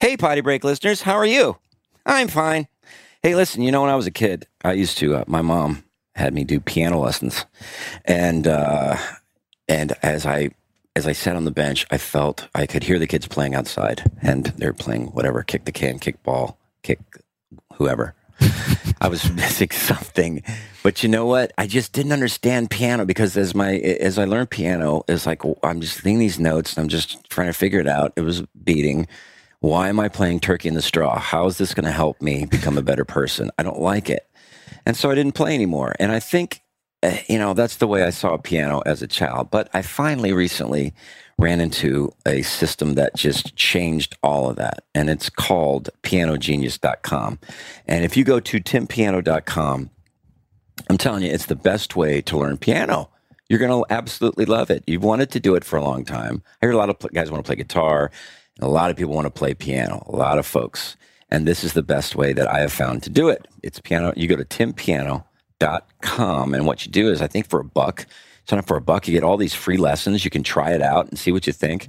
Hey, Potty Break listeners, how are you? I'm fine. Hey, listen, you know, when I was a kid, I used to, uh, my mom had me do piano lessons. And, uh, and as I, as I sat on the bench, I felt I could hear the kids playing outside and they're playing whatever kick the can, kick ball, kick whoever. I was missing something. But you know what? I just didn't understand piano because as my as I learned piano, it's like well, I'm just hitting these notes and I'm just trying to figure it out. It was beating. Why am I playing Turkey in the Straw? How is this going to help me become a better person? I don't like it. And so I didn't play anymore. And I think eh, you know, that's the way I saw piano as a child, but I finally recently ran into a system that just changed all of that. And it's called pianogenius.com. And if you go to timpiano.com, I'm telling you, it's the best way to learn piano. You're going to absolutely love it. You've wanted to do it for a long time. I hear a lot of pl- guys want to play guitar, and a lot of people want to play piano, a lot of folks. And this is the best way that I have found to do it. It's piano. You go to timpiano.com, and what you do is, I think for a buck, sign up for a buck, you get all these free lessons. You can try it out and see what you think.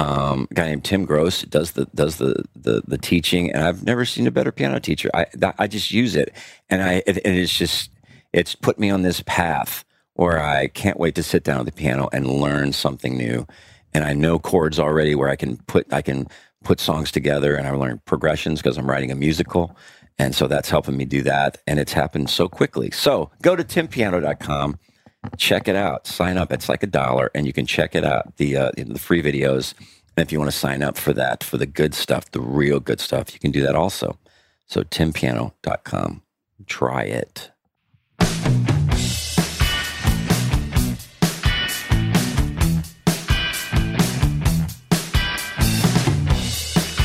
Um, a guy named Tim Gross does the does the, the the teaching, and I've never seen a better piano teacher. I that, I just use it, and I it, and it's just it's put me on this path where I can't wait to sit down at the piano and learn something new. And I know chords already where I can put I can put songs together and I learn progressions because I'm writing a musical. And so that's helping me do that. And it's happened so quickly. So go to timpiano.com, check it out, sign up. It's like a dollar and you can check it out, the, uh, the free videos. And if you want to sign up for that, for the good stuff, the real good stuff, you can do that also. So timpiano.com, try it.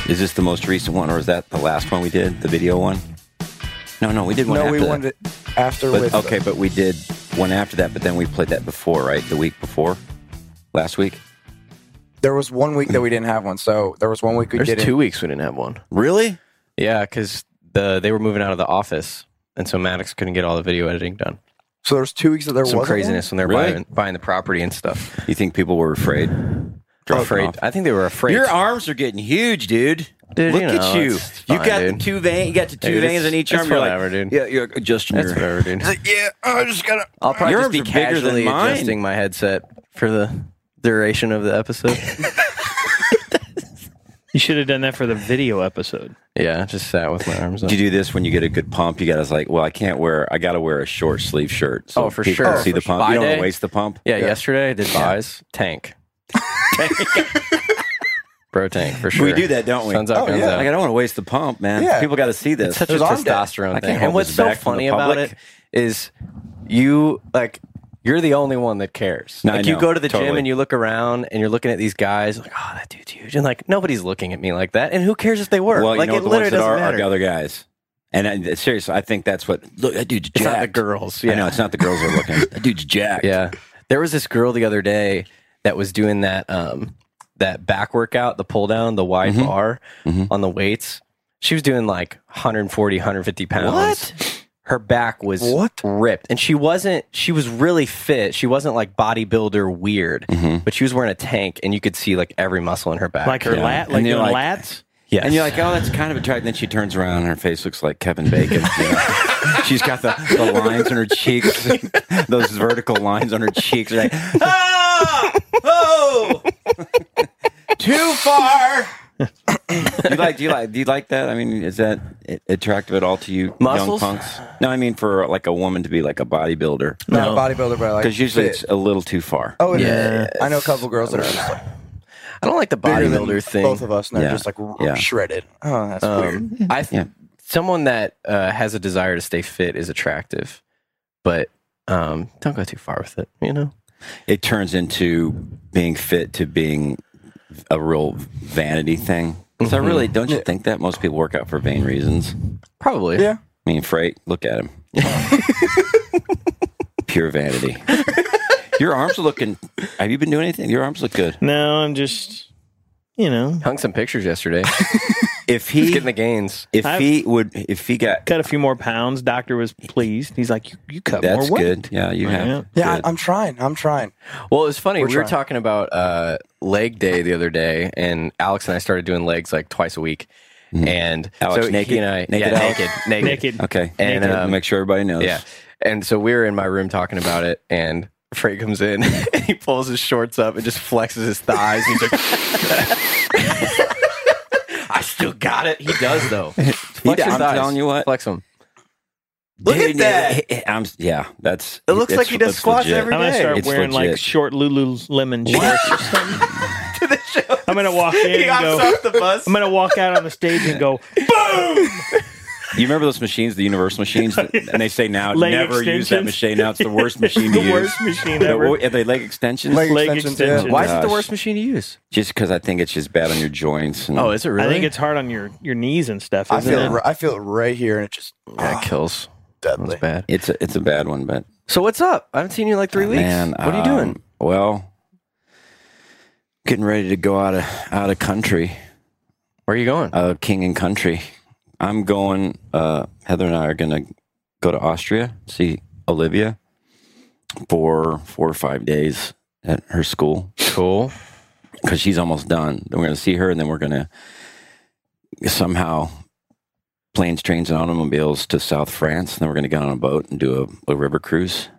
Is this the most recent one, or is that the last one we did? The video one? No, no, we did one. no, after we that. wanted it after But with okay, but we did one after that. But then we played that before, right? The week before, last week. There was one week that we didn't have one, so there was one week we There's didn't. two weeks we didn't have one. Really? Yeah, because the they were moving out of the office, and so Maddox couldn't get all the video editing done. So there was two weeks that there Some wasn't one? craziness when they're Really? buying, buying the property and stuff. You think people were afraid? Dropping afraid. off? I think they were afraid. Your arms are getting huge, dude. Dude, Look you at know, you. it's- it's you fine, got dude. the two veins. You got the two Dude, veins it's- in each it's arm. You're like, whatever, dude. yeah, you're adjusting That's your. whatever, dude. Yeah, I just gotta. I'll probably Your just be arms are bigger than casually mine. adjusting my headset for the duration of the episode. You should have done that for the video episode. yeah, I just sat with my arms up. Do you do this when you get a good pump? You got to like, well, I can't wear. I got to wear a short sleeve shirt. So Oh, for people sure. can See Oh, the for pump. You sure. don't want By to day? waste the pump. yeah, yesterday I did buys tank. Bro tank for sure. We do that, don't we? Sun's out, Oh, guns yeah. out. Like I don't want to waste the pump, man. Yeah. People got to see this. It's such There's a arm day. I testosterone can't thing. hold And what's this so back from funny the about public. it is you like you're the only one that cares. No, I like know. you go to the gym Totally. and you look around and you're looking at these guys like, oh, that dude's huge, and like nobody's looking at me like that. And who cares if they were? Well, you like know what it the ones literally that doesn't are are matter. the other guys. And I, seriously, I think that's what look that dude's it's not the jacked. girls. Yeah. Yeah, I know it's not the girls that are looking. that dude's jacked. Yeah. There was this girl the other day that was doing that um that back workout, the pull down, the wide bar Mhm. on the weights. She was doing like 140, 150 pounds. What? Her back was What? ripped. And she wasn't she was really fit. She wasn't like bodybuilder weird, Mm-hmm. but she was wearing a tank and you could see like every muscle in her back. Like her Yeah. lat, And like you're doing like- lats. yes. And you're like, oh, that's kind of attractive. Then she turns around, and her face looks like Kevin Bacon. you know? She's got the, the lines on her cheeks, those vertical lines on her cheeks. You're Like, ah, oh, too far. do you like? Do you like? Do you like that? I mean, is that attractive at all to you, Muscles? young punks? No, I mean for like a woman to be like a bodybuilder. Not a bodybuilder, but like Because usually fit. it's a little too far. Oh, yeah. Yes. I know a couple girls that are just like I don't like the bigger than bodybuilder thing. both of us, and they're Yeah. just like Yeah. shredded. Oh, that's weird. Um, I Yeah. th- someone that uh, has a desire to stay fit is attractive, but um, don't go too far with it. You know, it turns into being fit to being a real vanity thing. Because I really don't you think that most people work out for vain reasons? probably. Yeah. I mean, Freight, look at him. Pure vanity. Your arms are looking. Have you been doing anything? Your arms look good. No, I'm just, you know, Hung some pictures yesterday. if He's he getting the gains. if I've- he would if he got Cut a few more pounds. Doctor was pleased. He's like, you, you cut that's more weight. good. Yeah, you have. Yeah. Yeah, I, good. I'm trying. I'm trying. Well, it was funny. we were trying. talking about uh, leg day the other day, and Alex and I started doing legs like twice a week. And Alex so naked? he and I, Naked yeah, Alex? naked, naked, Naked. Okay, And, Good. um, make sure everybody knows. Yeah. And so we were in my room talking about it, and Frey comes in, and he pulls his shorts up and just flexes his thighs. He's like, I still got it. He does, though. Flex his I'm thighs. telling you what. Flex them. Look at Dude, that. yeah, I'm, yeah, that's. It looks it's- like he does it's squats legit. every I'm gonna day. start It's wearing like legit. short Lululemon shorts. or something. to the show. I'm gonna walk in He and hops go. off the bus. I'm gonna walk out on the stage and go You remember those machines, the universe machines, that- and they say now Leg never use that extensions. machine. Now it's the worst machine to the use. worst machine The- ever. what- are they leg extensions? Leg Leg extensions, extensions. yeah. Why is it the Gosh. worst machine to use? Just because I think it's just bad on your joints. And, Oh, is it really? I think it's hard on your, your knees and stuff. I Isn't feel. it? It? ri- I feel it right here, and it just that ah, kills. deadly. That's bad. it's a, it's a bad one, but So what's up? I haven't seen you in like three weeks. man, what are you um, doing? Well, getting ready to go out of out of country, Where are you going? uh, king and country. I'm going. Uh, Heather and I are gonna go to Austria see Olivia for four or five days at her school. cool. because she's almost done. Then we're going to see her, and then we're going to somehow planes, trains, and automobiles to South France. And then we're going to get on a boat and do a, a river cruise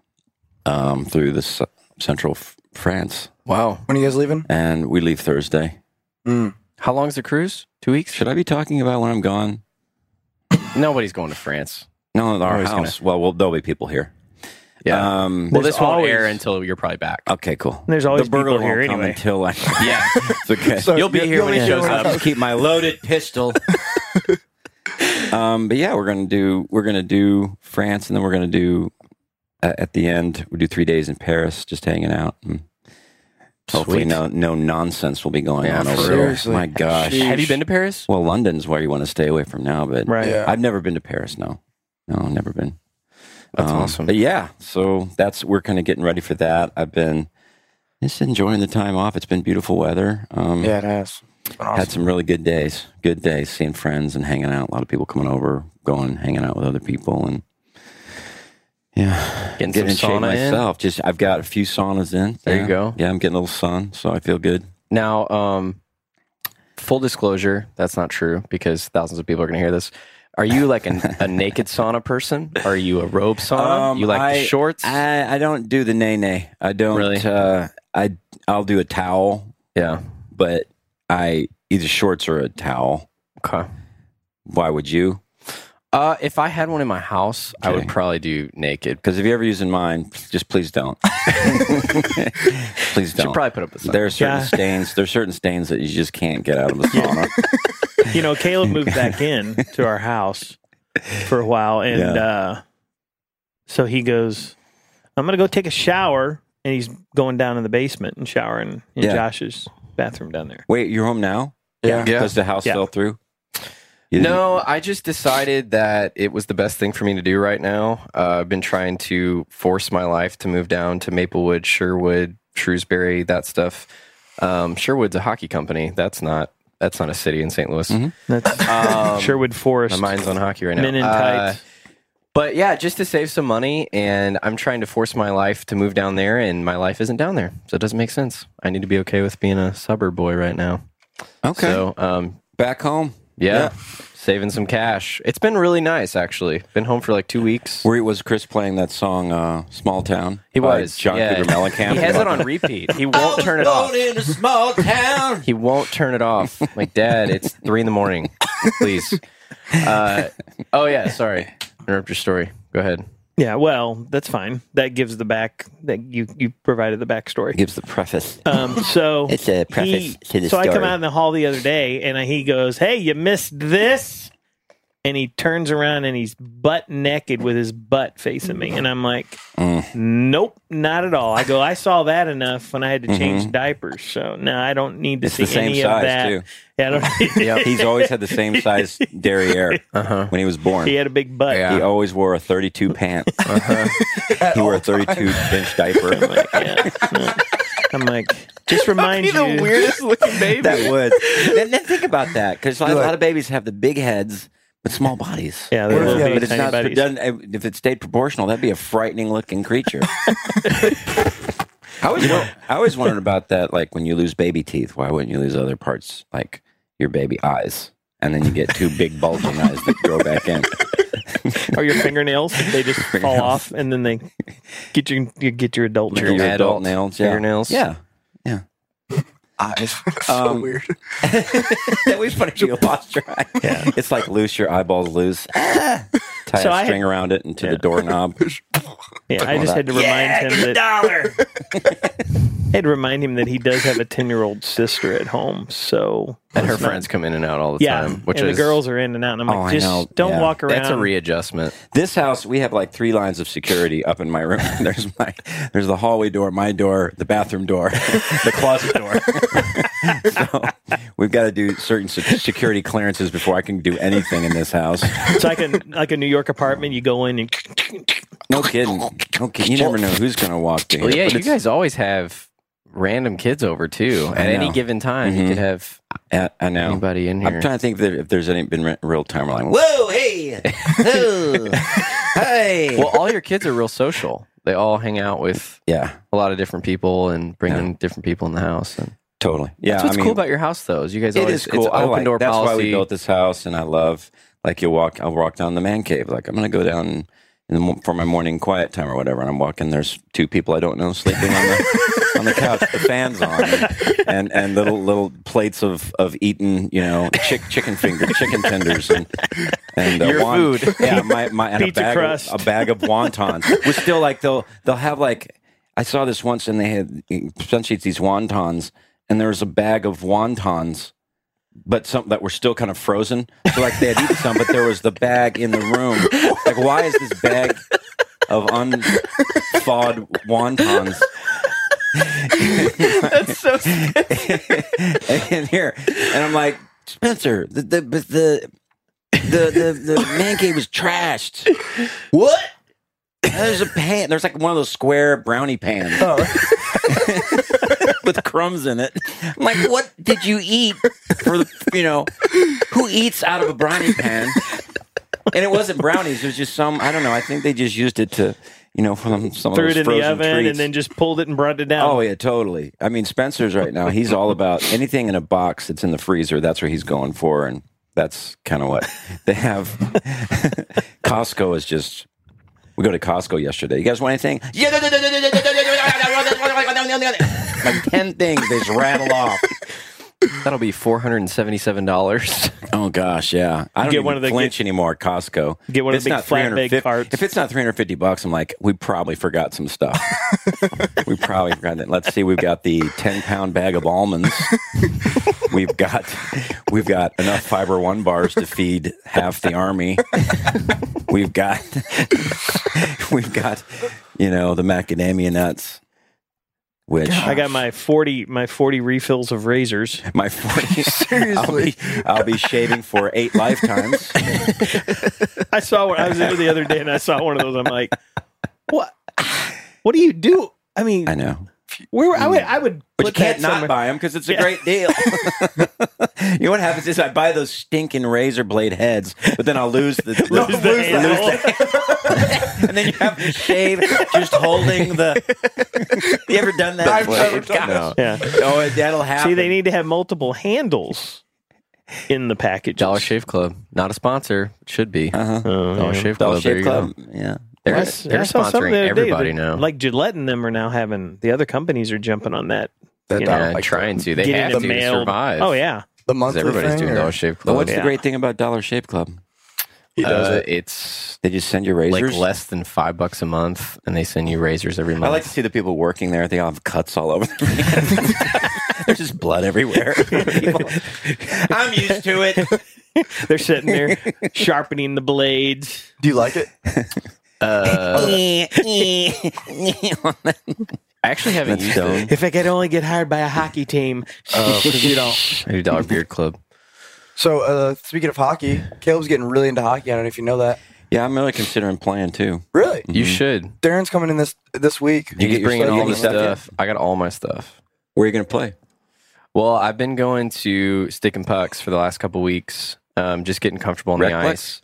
um, through the s- central f- France. Wow. When are you guys leaving? And we leave Thursday. Mm. How long's the cruise? Two weeks? Should I be talking about when I'm gone? Nobody's going to France. No, our Always gonna- house. Well, well, there'll be people here. Yeah. Um, Uh, well, There's this won't always- air until you're probably back. okay, cool. There's always the burglar people here won't come anyway. until I. Yeah. It's okay. So You'll be here when be he shows I'll up. just keep my loaded pistol. um, but yeah, we're gonna do we're gonna do France, and then we're gonna do uh, at the end we do three days in Paris, just hanging out. And hopefully, Sweet. no no nonsense will be going Yeah, on for over real. there. My gosh. Jeez. Have you been to Paris? Well, London's where you want to stay away from now, but Right. Yeah. I've never been to Paris. No, no, I've never been. That's Um, awesome. But yeah, so that's we're kind of getting ready for that. I've been just enjoying the time off. It's been beautiful weather. Um, Yeah, it has. It's been awesome. had some really good days. Good days, seeing friends and hanging out. A lot of people coming over, going hanging out with other people, and yeah, Getting, getting in some shape sauna in. myself. Just I've got a few saunas in. There you Yeah. go. Yeah, I'm getting a little sun, so I feel good. Now, um, full disclosure, that's not true because thousands of people are going to hear this. Are you like an, a naked sauna person? Are you a robe sauna? Um, you like I- the shorts? I, I don't do the nay nay. I don't. Really? Uh, I I'll do a towel, yeah. but I either shorts or a towel. Okay. Why would you? Uh, if I had one in my house, I would Okay. probably do naked. Because if you're ever using mine, just please don't. please Should don't. probably put up a sign. There are certain Yeah. stains. There are certain stains that you just can't get out of the sauna. you know, Caleb moved back in to our house for a while, and Yeah. uh, so he goes, "I'm gonna go take a shower," and he's going down in the basement and showering in Yeah. Josh's bathroom down there. Wait, you're home now? Yeah. Yeah. Because the house Yeah. fell through? You didn't- No, I just decided that it was the best thing for me to do right now. Uh, I've been trying to force my life to move down to Maplewood, Sherwood, Shrewsbury, that stuff. Um, Sherwood's a hockey company. That's not that's not a city in St. Louis. That's Um, Sherwood My Forest. mind's on hockey right now. Men in Uh, tights. but yeah, just to save some money, and I'm trying to force my life to move down there, and my life isn't down there, so it doesn't make sense. I need to be okay with being a suburb boy right now. Okay. So um, Back home? yeah. Saving some cash. It's been really nice, actually. Been home for like two weeks. Where was Chris playing that song, uh, Small Town? He by was. John yeah. Cougar Mellencamp. He has it on repeat. He won't turn it off. in a small town. He won't turn it off. Like, Dad, it's three in the morning. Please. Uh, oh, yeah. Sorry. Interrupt your story. Go ahead. yeah, well, that's fine. That gives the back that you you provided the backstory. Gives the preface. Um, so It's a preface to the so I come story. out in the hall the other day, and he goes, "Hey, you missed this," and he turns around and he's butt naked with his butt facing me, and I'm like, Mm. "Nope, not at all." I go, "I saw that enough when I had to change diapers, so no, I don't need Mm-hmm. to It's see the same any size, of that." too. Yeah, I don't. Yeah, he's always had the same size derriere when he was born. he had a big butt. Uh-huh. Yeah. Uh-huh. He always wore a 32 pant. He wore a 32 inch diaper. Yeah. I'm like, Just remind Be you. the weirdest looking baby. that would. then, then think about that because a lot- a Look. lot of babies have the big heads but small bodies. yeah, What they're if little you have- baby, But it's tiny not buddies. done. If it stayed proportional, that'd be a frightening looking creature. I always, you know, I always wondered about that. Like when you lose baby teeth, why wouldn't you lose other parts, like your baby eyes, and then you get two big bulging eyes that grow back in? Or your fingernails, they just fall Fingernails. off, and then they get your you get your adult Your nails. Your adult nails, yeah. fingernails. Yeah, Eyes. so Um, weird. that was funny. You lost your eye. Yeah. It's like loose. Your eyeballs loose. Tie So a I had- string around it into Yeah. the doorknob. Yeah, I just had to remind him that dollar. I had to remind him that he does have a ten year old sister at home. So And her let's not- friends come in and out all the yeah, time, which and is the girls are in and out. And I'm Oh, I like, just know. don't Yeah. walk around. that's a readjustment. This house, we have like three lines of security up in my room. There's my, there's the hallway door, my door, the bathroom door, the closet door. so we've got to do certain se- security clearances before I can do anything in this house. It's like a like a New York apartment. You go in and No kidding. No kidding. You never know who's going to walk in. Well, yeah, But you it's guys always have random kids over too. I At any know. given time, Mhm. you could have at- I know. anybody in here. I'm trying to think that if there's any been re- real time. We're like, whoa, hey, whoa, hey. well, all your kids are real social. They all hang out with yeah, a lot of different people and bring in different people in the house. And totally. Yeah, that's I what's mean, cool about your house, though. Is you guys It always is cool. It's I open like, door That's policy. why we built this house, and I love like you walk. I'll walk down the man cave. Like I'm gonna go down in the, mo- for my morning quiet time or whatever. And I'm walking. There's two people I don't know sleeping on the on the couch. The fans on, and and little little plates of of eaten you know chick, chicken finger chicken tenders and and uh, Your won- food. Yeah, my my and Pizza a bag crust. Of, a bag of wontons. was still like they'll they'll have like I saw this once and they had essentially it's these wontons and there was a bag of wontons but some that were still kind of frozen. So like they had eaten some, but there was the bag in the room. Like why is this bag of unthawed wontons That's so in here? And I'm like, Spencer, the the but the the the, the man cave was trashed. What? And There's a pan. There's like one of those square brownie pans uh, with crumbs in it. I'm like, what did you eat for the, you know, who eats out of a brownie pan? And it wasn't brownies. It was just some, I don't know. I think they just used it to, you know, from some threw of it those in frozen the oven treats. and then just pulled it and brought it down. Oh yeah, totally. I mean, Spencer's right now. He's all about anything in a box that's in the freezer. That's what he's going for, and that's kind of what they have. Costco is just. We go to Costco yesterday. You guys want anything? Yeah, like ten things they just rattle off. That'll be four hundred and seventy-seven dollars. Oh gosh, yeah. I don't Get even one of the- flinch anymore. at Costco. Get one of If it's the big not flat big 350 carts. If it's not three hundred fifty bucks, I'm like, we probably forgot some stuff. we probably forgot that. Let's see, we've got the ten pound bag of almonds. we've got we've got enough fiber one bars to feed half the army. we've got we've got you know the macadamia nuts, which I got my forty my forty refills of razors. my 40 Seriously. I'll be, I'll be shaving for eight lifetimes. I saw one. I was there the other day and I saw one of those. I'm like, what? What do you do? I mean, I know. where I would I would But put you can't that not somewhere. buy them because it's a Yeah. great deal. you know what happens is I buy those stinking razor blade heads, but then I'll lose the lose, Lose the handle. and then you have to shave just holding the. you ever done that? I've Blade? never done God. Yeah. Oh, it- that'll happen. See, they need to have multiple handles in the package. Dollar Shave Club, not a sponsor, should be. Uh-huh. Oh, Dollar yeah. Shave Club. Dollar there Shave you go. Club. Yeah. They're, I s- they're I saw something sponsoring the other day everybody that, now. Like Gillette and them are now having the other companies are jumping on that. That- you that- yeah, like, trying to. They getting have to the mail. survive. Oh yeah, The 'Cause monthly everybody's thing, doing or- Dollar Shave Club. What's Yeah. the great thing about Dollar Shave Club? He does Uh, it. It's They just send you razors. like less than five bucks a month, and they send you razors every month. I like to see the people working there. They all have cuts all over their hands. There's just blood everywhere. People- I'm used to it. they're sitting there sharpening the blades. Do you like it? uh, I actually haven't That's used dumb. it. If I could only get hired by a hockey team, Oh, 'cause you don't. Maybe Dollar Beard Club. So uh, speaking of hockey, Caleb's getting really into hockey. I don't know if you know that. Yeah, I'm really considering playing too. Really? You should. Darren's coming in this this week. You Mm-hmm. get He's your bringing stuff- all you the get your stuff stuff. I got all my stuff. Where are you going to play? Well, I've been going to Stick and Pucks for the last couple weeks, um, just getting comfortable on the Recplex? ice.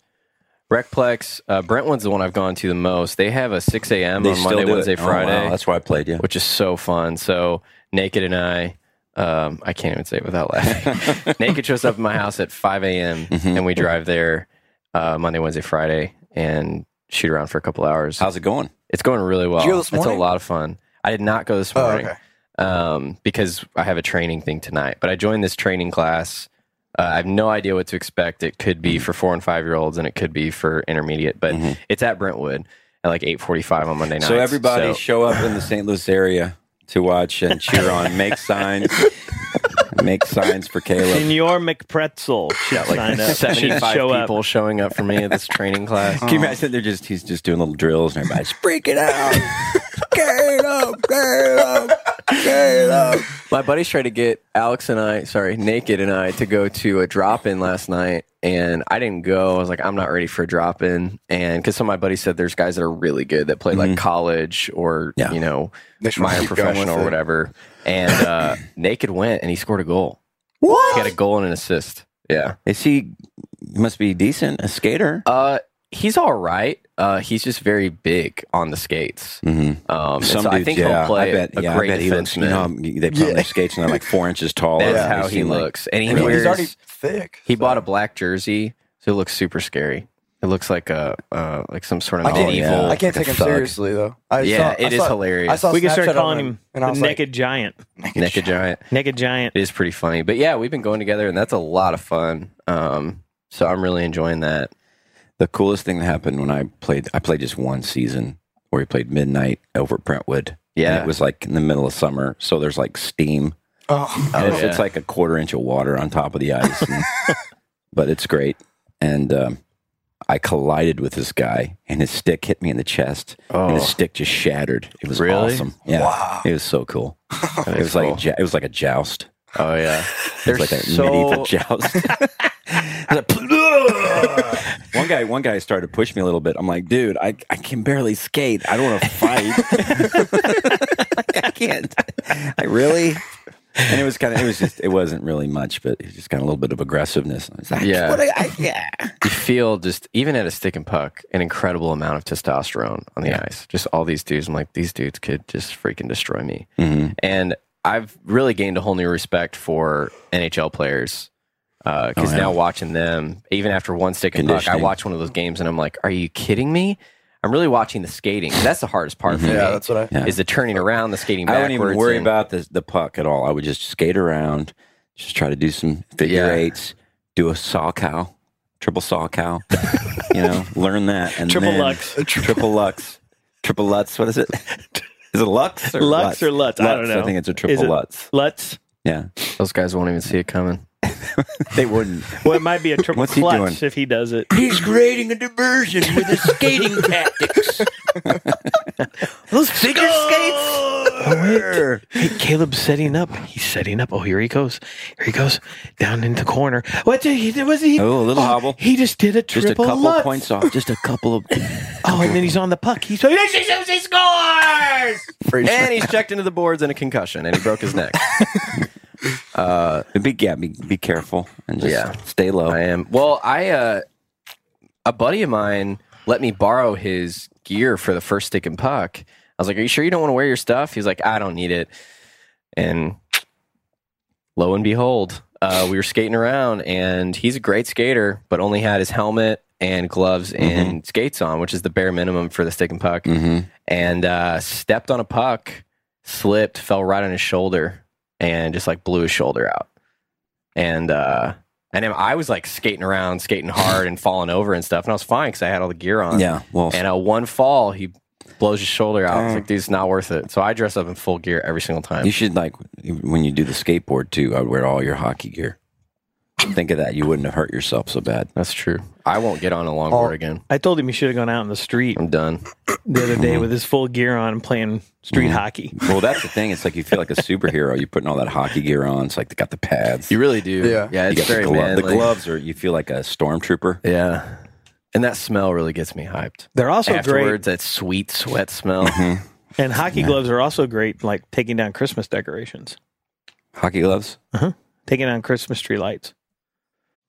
Recplex, uh, Brentwood's the one I've gone to the most. They have a 6 a.m. They on still Monday, do it. Wednesday, Oh, wow, Friday, That's why I played you. which is so fun. So Naked and I, um, I can't even say it without laughing. Naked shows up at my house at 5 a.m. Mm-hmm. and we drive there uh, Monday, Wednesday, Friday, and shoot around for a couple hours. How's it going? It's going really well. Did you go this it's a morning? lot of fun. I did not go this Oh, morning okay. um, because I have a training thing tonight. But I joined this training class. Uh, I have no idea what to expect. It could be Mm-hmm. for four and five year olds, and it could be for intermediate. But it's at Brentwood at like eight forty five on Monday night. So everybody show up in the St. Louis area to watch and cheer on. Make signs. Make signs for Caleb. Senor McPretzel should got like sign up. seventy Should five show up. people showing up for me at this training class. Can you imagine they're just he's just doing little drills and everybody's freaking out. Caleb, Caleb, Caleb. My buddies tried to get Alex and I, sorry, Naked and I, to go to a drop in last night, and I didn't go. I was like, I'm not ready for a drop in, and because some of my buddies said there's guys that are really good that play like college or Yeah. you know They should minor keep going with professional or it. whatever, and uh, Naked went and he scored a goal. He had a goal and an assist. Yeah, Is he must be decent, a skater? uh, he's all right. Uh, he's just very big on the skates. Mm-hmm. Um, and so I think he'll play a great he looks. You defenseman. know, how they put on their skates and they're like four inches tall. That's Yeah. how They he seem like- looks, and he I mean, wears. he's already thick. He so- bought a black jersey, so it looks super scary. It looks like a uh, like some sort of I can't, medieval. yeah. I can't like take a him thug. seriously though. I Yeah, saw, it I is saw- hilarious. I saw We can Snapchat start of calling him and I the was like, Naked Giant. Naked giant. Naked Giant. It is pretty funny, but yeah, we've been going together, and that's a lot of fun. Um, so I'm really enjoying that. The coolest thing that happened when I played, I played just one season where we played midnight over at Brentwood. Yeah. and it was like in the middle of summer, so there's like steam. oh, And it's, yeah. it's like a quarter inch of water on top of the ice, and- but it's great. And um, I collided with this guy, and his stick hit me in the chest, and his Oh. stick just shattered. It was Really? awesome. Yeah, Wow. it was so cool. That It is was like a cool. jou- it was like a joust. oh yeah, It's there's like a medieval so joust. one guy, one guy started to push me a little bit. I'm like, dude, I, I can barely skate. I don't want to fight. I can't. I really. And it was kind of, it was just, it wasn't really much, but it was just kind of a little bit of aggressiveness. I was like, Yeah. what do I- yeah. you feel just even at a stick and puck an incredible amount of testosterone on the ice. Just all these dudes. I'm like these dudes could just freaking destroy me. Mhm. and I've really gained a whole new respect for NHL players because Oh, yeah. now watching them, even after one stick and puck, I Conditioning. watch one of those games and I'm like, "Are you kidding me?" I'm really watching the skating. That's the hardest part for me. yeah, that's what I. Yeah. Is the turning around, the skating I backwards. wouldn't even worry and- about the, the puck at all. I would just skate around, just try to do some figure Yeah. eights, do a saw cow, triple saw cow, you know, learn that. And Triple then- Lux. Triple Lux. Triple Lutz. What is it? Is it Lux or Lux or Lutz? I don't know. I think it's a Is triple it- Lutz. Lutz. Yeah. Those guys won't even see it coming. They wouldn't. Well, it might be a triple What's he clutch doing? if he does it. He's creating a diversion with his skating tactics. Those figure skates. Hey, Caleb's setting up. He's setting up. Oh, here he goes. Here he goes down in the corner. What did he? Was he? Oh, a little hobble. He just did a Just triple a couple Lutz. points off. Just a couple of. Oh, and then he's on the puck. He's like, "Yes, yes, yes, he scores. Free And he's checked into the boards in a concussion and he broke his neck. Be, yeah, be, be careful and just Yeah. stay low. I am. Well, I uh, a buddy of mine let me borrow his gear for the first stick and puck. I was like, "Are you sure you don't want to wear your stuff?" He's like, "I don't need it." And lo and behold, uh, we were skating around, and he's a great skater, but only had his helmet and gloves and skates on, which is the bare minimum for the stick and puck. Mhm. And uh, stepped on a puck, slipped, fell right on his shoulder, and just like blew his shoulder out. And uh, and then I was like skating around, skating hard, and falling over and stuff. And I was fine because I had all the gear on. Yeah. Well, And uh, one fall, he blows his shoulder out. It's like, dude, it's not worth it. So I dress up in full gear every single time. you should like when you do the skateboard too. I would wear all your hockey gear. Think of that. You wouldn't have hurt yourself so bad. That's true. I won't get Oh. on a longboard again. I told him he should have gone out in the street I'm done. the other day with his full gear on and playing Mm. street hockey. Well, that's the thing. It's like you feel like a superhero. You're putting all that hockey gear on. It's like they got the pads. You really do. Yeah. Yeah. You It's got very the, glove. the manly. gloves are. You feel like a stormtrooper. Yeah. And that smell really gets me hyped. They're also great, Afterwards, that sweet sweat smell. Mm-hmm. and hockey gloves are also great, like taking down Christmas decorations. Hockey gloves. taking on Christmas tree lights.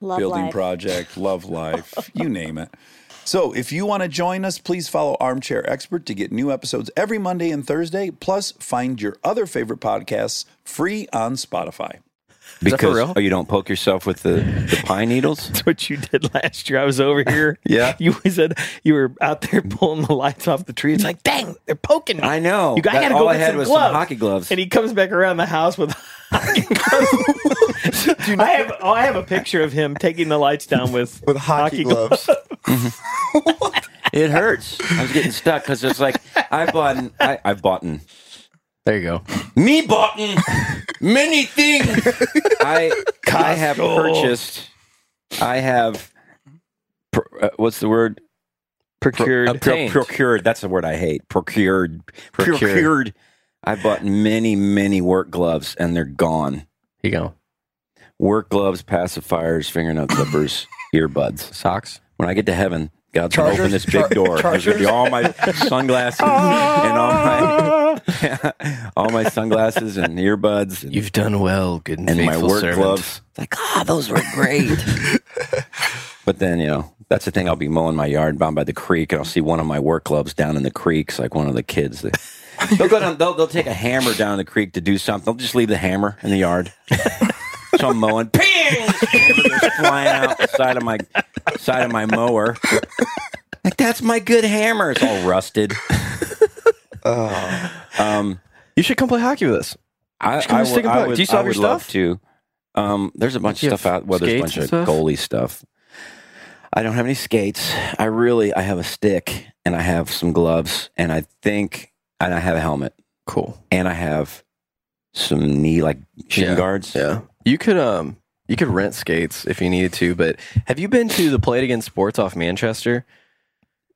Love building life. project, love life, you name it. So, if you want to join us, please follow Armchair Expert to get new episodes every Monday and Thursday. Plus, find your other favorite podcasts free on Spotify. that for real? oh, you don't poke yourself with the, the pine needles. That's what you did last year. I was over here. Yeah. You said you were out there pulling the lights off the tree. It's like, dang, they're poking me. I know. You got, I That- gotta all go I get had some was gloves. some hockey gloves. And he comes back around the house with hockey gloves. I have oh, I have a picture of him taking the lights down with with hockey, gloves. it hurts. I was getting stuck because it's like I bought. an- I, I bought. An, There you go. me bought an many things. I I have purchased. I have. pr- uh, what's the word? procured. Pro- procured. That's the word I hate. Procured. Procured. I bought many, many work gloves, and they're gone. Here you go. Work gloves, pacifiers, fingernail clippers, earbuds. Socks. When I get to heaven, God's gonna open Chargers? this big Char- door. There's gonna be Chargers? all my sunglasses and all my all my sunglasses and earbuds and, You've done well, good and, and my faithful work servant. gloves. It's like, ah, those were great. but then you know, that's the thing. I'll be mowing my yard down by the creek, and I'll see one of my work gloves down in the creek. It's like one of the kids. That, they'll go down. They'll, they'll take a hammer down the creek to do something. They'll just leave the hammer in the yard. so I'm mowing. Ping! Hammer goes flying out the side of my side of my mower. Like that's my good hammer. It's all rusted. Oh. Um, You should come play hockey with us. I, Just come I and stick would- a I puck. would- Do you still I have your would love stuff? To. Um, there's a bunch Do you of stuff have out. Well, there's a skates bunch and of stuff? goalie stuff. I don't have any skates. I really, I have a stick and I have some gloves and I think, and I have a helmet Cool. and I have some knee like shin Yeah. guards. Yeah. You could um you could rent skates if you needed to, but have you been to the Play It Again Sports off Manchester?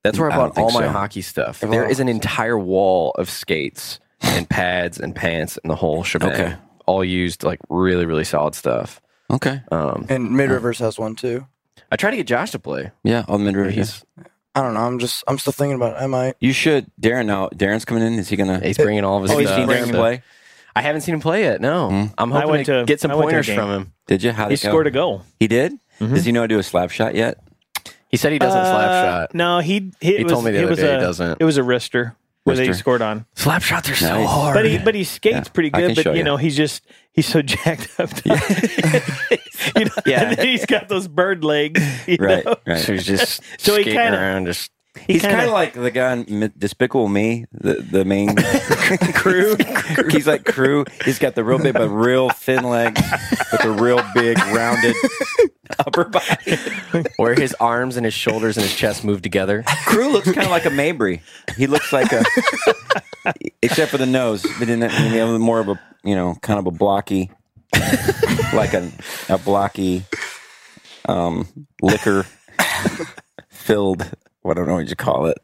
That's where I I don't bought all think my so. hockey stuff. They're There all- is an entire wall of skates and pads and pants and the whole shebang. Okay. All used like really, really solid stuff. Okay. Um And Mid Rivers has one too. I try to get Josh to play. Yeah. All the mid but reviews. He's I don't know. I'm just. I'm still thinking about. It. I might. You should, Darren. Now, Darren's coming in. Is he gonna? he's bringing all of his Oh, he's stuff. seen Darren so- play. I haven't seen him play yet. No, Mm. I'm I hoping went to, to- get some I went to a pointers game. from him. Did you? How He did scored a goal. He did. Mm-hmm. Mhm. Does he know how to do a slap shot yet? He said he doesn't Uh, slap shot. No, he he, He was, told me the it other was day a, he doesn't. It was a wrister, where they Wrister. scored on. Slap shots are so Nice. hard. But he but he skates Yeah, pretty I good. can But show you you. know he's just he's so jacked up. you know, Yeah. and then he's got those bird legs. you Right. know? Right. so he's just So he skating kinda- around, just He he's kind kinda- of like the guy in Mi- Despicable Me, the, the main crew. he's like crew. He's got the real big but real thin legs with a real big rounded upper body. where his arms and his shoulders and his chest move together. Crew looks kind of like a Mabry. He looks like a, except for the nose, but then that- you know, more of a you know kind of a blocky, like a a blocky, um, liquor filled. I don't know what you call it,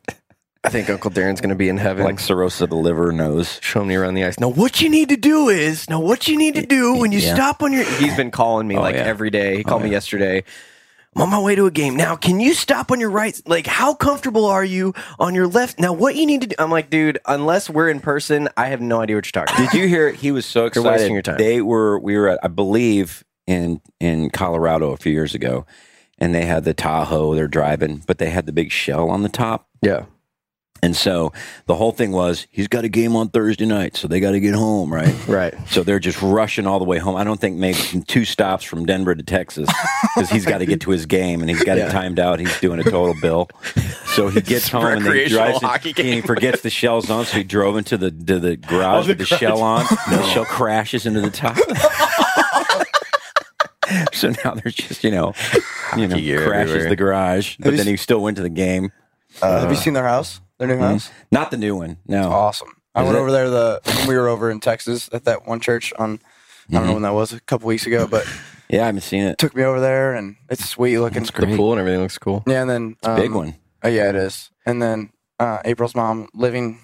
I think Uncle Darren's going to be in heaven. like cirrhosis of the liver nose. show me around the ice. Now, what you need to do is now what you need to do when you Yeah. stop on your. He's been calling me like yeah. every day. He called me yesterday. I'm on my way to a game. Now, can you stop on your right? Like, how comfortable are you on your left? Now, what you need to do? I'm like, dude, unless we're in person, I have no idea what you're talking about. Did you hear? He was so You're excited. wasting your time. They were. We were, at, I believe, in in Colorado a few years ago, and they had the Tahoe. They're driving, but they had the big shell on the top. Yeah. And so the whole thing was, he's got a game on Thursday night, so they got to get home, right? Right. So they're just rushing all the way home. I don't think maybe from two stops from Denver to Texas because he's got to get to his game and he's got Yeah. it timed out. He's doing a total bill. So he gets home and then he recreational drives hockey and he forgets the shells on. So he drove into the to the garage the with the garage. shell on. And the shell crashes into the top. so now there's just you know, you know, gear crashes everywhere. the garage. Have But you then s- he still went to the game. Uh, have you seen their house? Their new house. Not the new one. No. Awesome. Oh, I Mm-hmm. Oh. Is went it? over Mm-hmm. there. The when we were over in Texas at that one church on. I don't know when that was. A couple weeks ago, but Yeah, I haven't seen it. Took me over there, and it's sweet looking. It's great. The pool and everything looks cool. Yeah, and then It's a big um, one. uh, yeah, it is. And then uh, April's mom living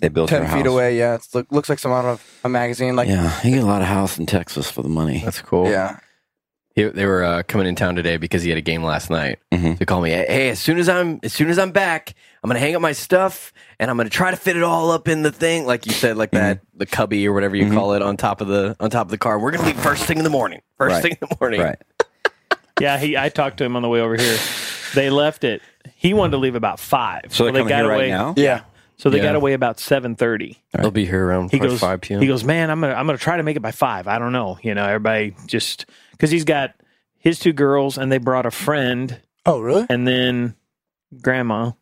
They built ten their house. feet away. Yeah, it's look, looks like some out of a magazine. Like yeah, yeah, you get a lot of house in Texas for the money. That's cool. yeah. He, they were uh, coming in town today because he had a game last night. Mhm. They called me, hey, as soon as I'm as soon as I'm back, I'm gonna hang up my stuff and I'm gonna try to fit it all up in the thing, like you said, like that the cubby or whatever you Mhm. call it on top of the on top of the car. We're gonna leave first thing in the morning. First Right. thing in the morning. Right. Yeah, he. I talked to him on the way over here. They left it. He wanted to leave about five. So they, Well, come here away. right now. So they Yeah. got away about seven thirty. They'll be here around He probably goes. five p.m. He goes. Man, I'm gonna I'm gonna try to make it by five. I don't know. You know, everybody just because he's got his two girls and they brought a friend Oh, really? and then grandma.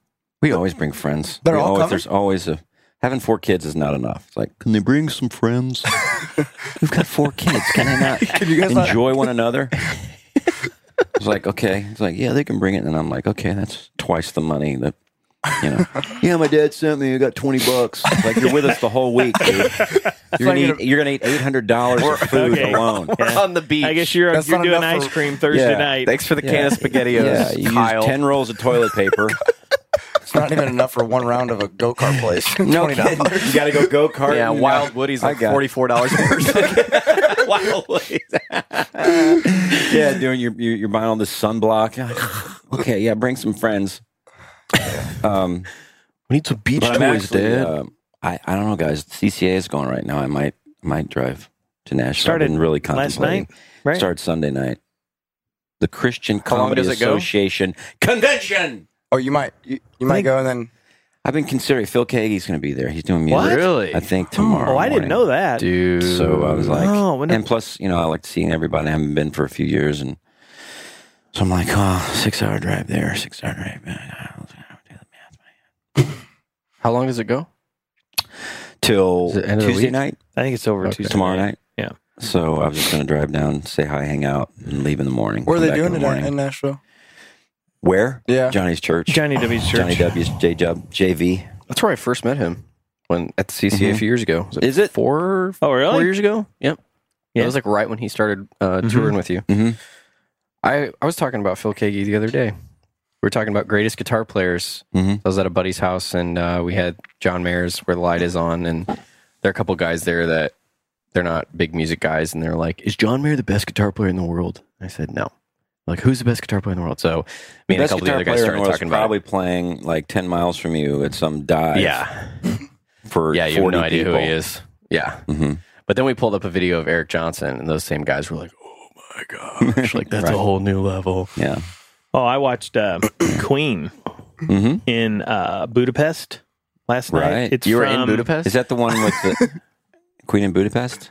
We always bring friends. They're We all always- coming? There's always a having four kids is not enough. It's like, can they bring some friends? We've got four kids. Can I not you guys not- enjoy one another? It's like, okay. It's like, yeah, they can bring it, and I'm like, okay, that's twice the money that. You know, yeah, my dad sent me. I got twenty bucks. It's Like you're with us the whole week. Dude. You're gonna eat. You're gonna eat eight hundred dollars of food okay. alone. Yeah. on the beach. I guess you're, That's you're not doing enough ice for- cream Thursday Yeah. night. Thanks for the can of Yeah, SpaghettiOs, you Kyle. use ten rolls of toilet paper. It's not even enough for one round of a go kart place. No kidding. You got to go go kart. yeah, Wild Woody's like got it. forty four dollars per second. Wild Woody's. Yeah, doing your you're, you're buying all this sunblock. You're like, okay, yeah, bring some friends. Um, We need some beach but I'm actually, um, I I don't know, guys. CCA is going right now. I might I might drive to Nashville. Started I've been really last contemplating. night, right? Started Sunday night. The Christian How long Comedy does it go? Association convention. Oh, you might you, you might go and then I've been considering Phil Kagey's going to be there. He's doing music. Really? I think tomorrow. Oh, I didn't morning. know that. Dude. So I was like, Oh, when- and plus, you know, I like seeing everybody. I haven't been for a few years, and so I'm like, oh, six hour drive there, six hour drive back. I'll do the math. How long does it go? Till Is it end of the Tuesday week? night, I think it's over Tuesday. tomorrow night. Yeah. So I was just gonna drive down, say hi, hang out, and leave in the morning. where are Come they back in doing the it at morning. in Nashville? Where? Yeah. Johnny's church. Johnny W's church. Johnny W's J Job JV. That's where I first met him when at the CCA a Mhm. few years ago. Was Is it? four? Oh, really? Four years ago? Yep. Yeah. Yeah. It was like right when he started uh, Mhm. touring with you. Mhm. I, I was talking about Phil Kagi the other day. We were talking about greatest guitar players. Mhm. I was at a buddy's house and uh, we had John Mayer's Where the Light Is On. And there are a couple guys there that they're not big music guys. And they're like, Is John Mayer the best guitar player in the world? I said, No. Like, who's the best guitar player in the world? So me and a Best couple of the guitar other guys player in the started world is talking about probably it. playing like ten miles from you at some dive. Yeah. for Yeah. You have 40 no idea people. who he is. Yeah. Mm-hmm. But then we pulled up a video of Eric Johnson, and those same guys were like, "Oh my gosh, like that's Right. a whole new level." Yeah. Oh, I watched uh, Queen Mm-hmm. in uh, Budapest last night. Right. You were in from- Budapest. Is that the one with the Queen in Budapest?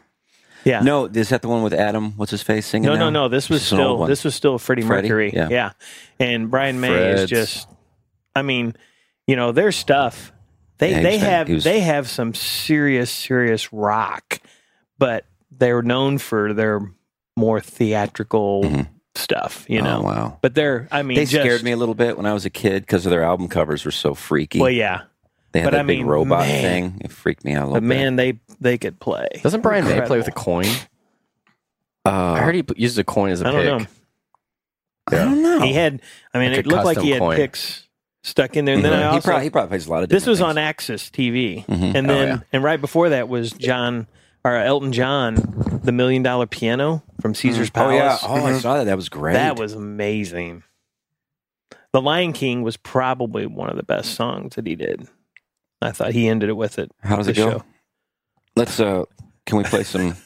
Yeah. No, is that the one with Adam? What's his face singing? No, no, now? no. This was This is an old still one. this was still Freddie, Freddie? Mercury. Yeah. Yeah. And Brian May is Freds. just I mean, you know, their stuff they Yeah, he they was fan- have he was- they have some serious serious rock, but they're known for their more theatrical Mhm. stuff, you Oh, know. wow. But they're I mean They just- scared me a little bit when I was a kid because their album covers were so freaky. Well, yeah. they had but that I big mean, robot man. thing. It freaked me out a little But man, they they could play. Doesn't Brian May play Incredible. with a coin? bit. Uh, I heard he p- uses a coin as a I pick. don't I don't know. know. He had I mean Like it a looked like custom he had coin. picks stuck in there and then I Yeah. also Mm-hmm. he, probably, he probably plays a lot of different This was things. on Axis TV, Mhm. and Oh, then yeah. and right before that was John or Elton John, the Million Dollar Piano from Caesar's Oh, yeah. Palace. Oh, I saw that. That was great. That was amazing. The Lion King was probably one of the best songs that he did. I thought he ended it with it. How does it the go? show. Let's, uh, can we play some,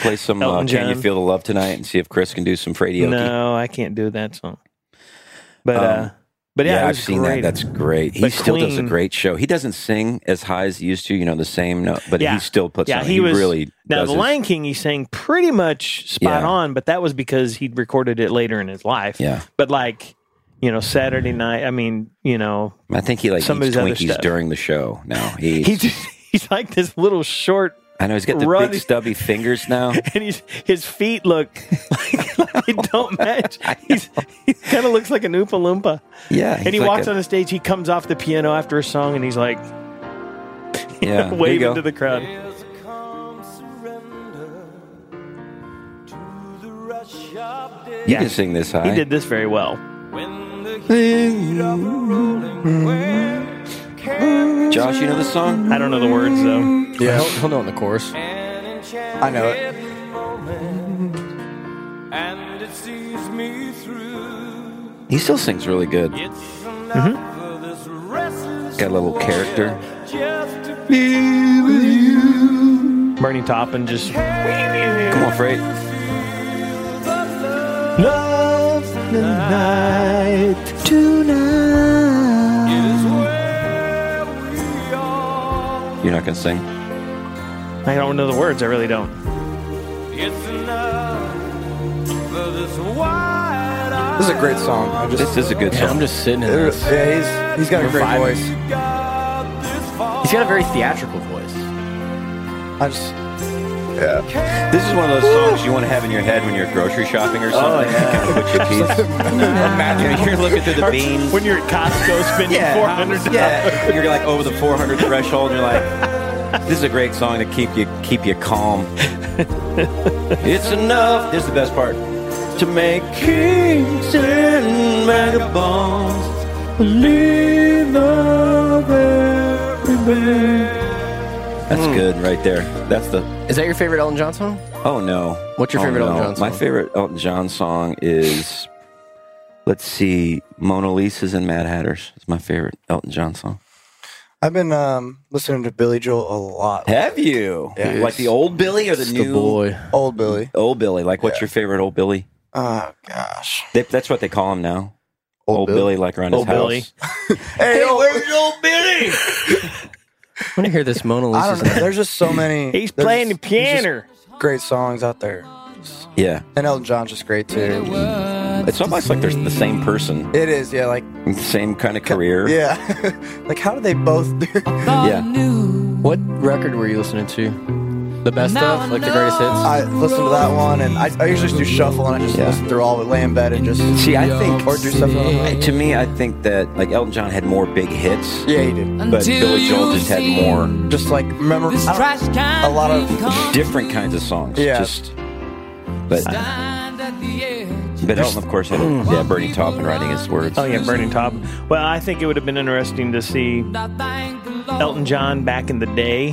play some, uh, Elton Can You John. Feel the Love Tonight and see if Chris can do some Fradioke? No, I can't do that song. But Um, uh, but yeah, it I've was seen great. that. That's great. He But still does a Queen- great show. He doesn't sing as high as he used to, you know, the same note, but Yeah. he still puts Yeah, on. he He, was- really now does the his- Lion King he sang pretty much spot Yeah. on, but that was because he'd recorded it later in his life. Yeah. But like, you know, Saturday night, I mean, you know, I think he like some of eats his other Twinkies stuff. during the show now. He, he's he's like this little short, I know he's got the running- big stubby fingers now. and he's his feet look like, like they don't match. He's, he kind of looks like an Oompa Loompa. Yeah. And he walks on the stage. He comes off the piano after a song, and he's like yeah, here you waving go. to the crowd. There's a calm surrender to the You Yeah. can sing this high. He did this very well. Josh, you know this song? I don't know the words though. He'll, he'll know in the chorus. I know it. And it sees me through. He still sings really good. It's enough for this restless Got a little character. world just to Bernie Taupin just Come on, Freight. You're not gonna sing. I don't know the words. I really don't. It's enough for this wide This is a great song. I just, This is a good Man, I'm song. just sitting in There- this. yeah, he's, he's got a We're great vibing. voice. He's got a very theatrical voice. I just, This is one of those songs you want to have in your head when you're grocery shopping or Oh, something. You kind of put your teeth. Imagine you're looking through the beans. When you're at Costco spending Yeah, four hundred dollars. yeah. You're like over the 400 threshold. And you're like, this is a great song to keep you keep you calm. it's enough. This is the best part. To make kings and vagabonds leave of That's Hmm. good right there. That's the. Is that your favorite Elton John song? Oh no! What's your Oh, favorite Elton no. John My song? favorite Elton John song is, let's see, Mona Lisa's and Mad Hatters. It's my favorite Elton John song. I've been um, listening to Billy Joel a lot. Have you? Yeah. Like the old Billy or the It's new boy. Old Billy. old Billy? Like what's your favorite old Billy? Oh gosh. They, that's what they call him now. Old, Billy. like around Old his house. Billy. Hey, old, old Billy? I want to hear this Mona I don't Lisa. know. There's just so many. He's there's playing the just- there's piano. just Great songs out there, Yeah, and Elton John's just great too. it's almost like they're the same person, It is, yeah, like same kind of career. yeah, like how do they both? yeah. What record were you listening to? The best stuff, like the greatest hits. I listen to that one, and I, I usually just do shuffle, and I just Yeah. listen through all of it, lay in bed, and just See, I think, or do something. I- to me, I think that like Elton John had more big hits, Yeah, he did. but Billy Joel just had more Just like remember I don't- a lot of different kinds of songs. Yeah. Just, but but Elton, of course, had a, yeah, Bernie Taupin writing his words. Oh yeah, Burning Top. Well, I think it would have been interesting to see Elton John back in the day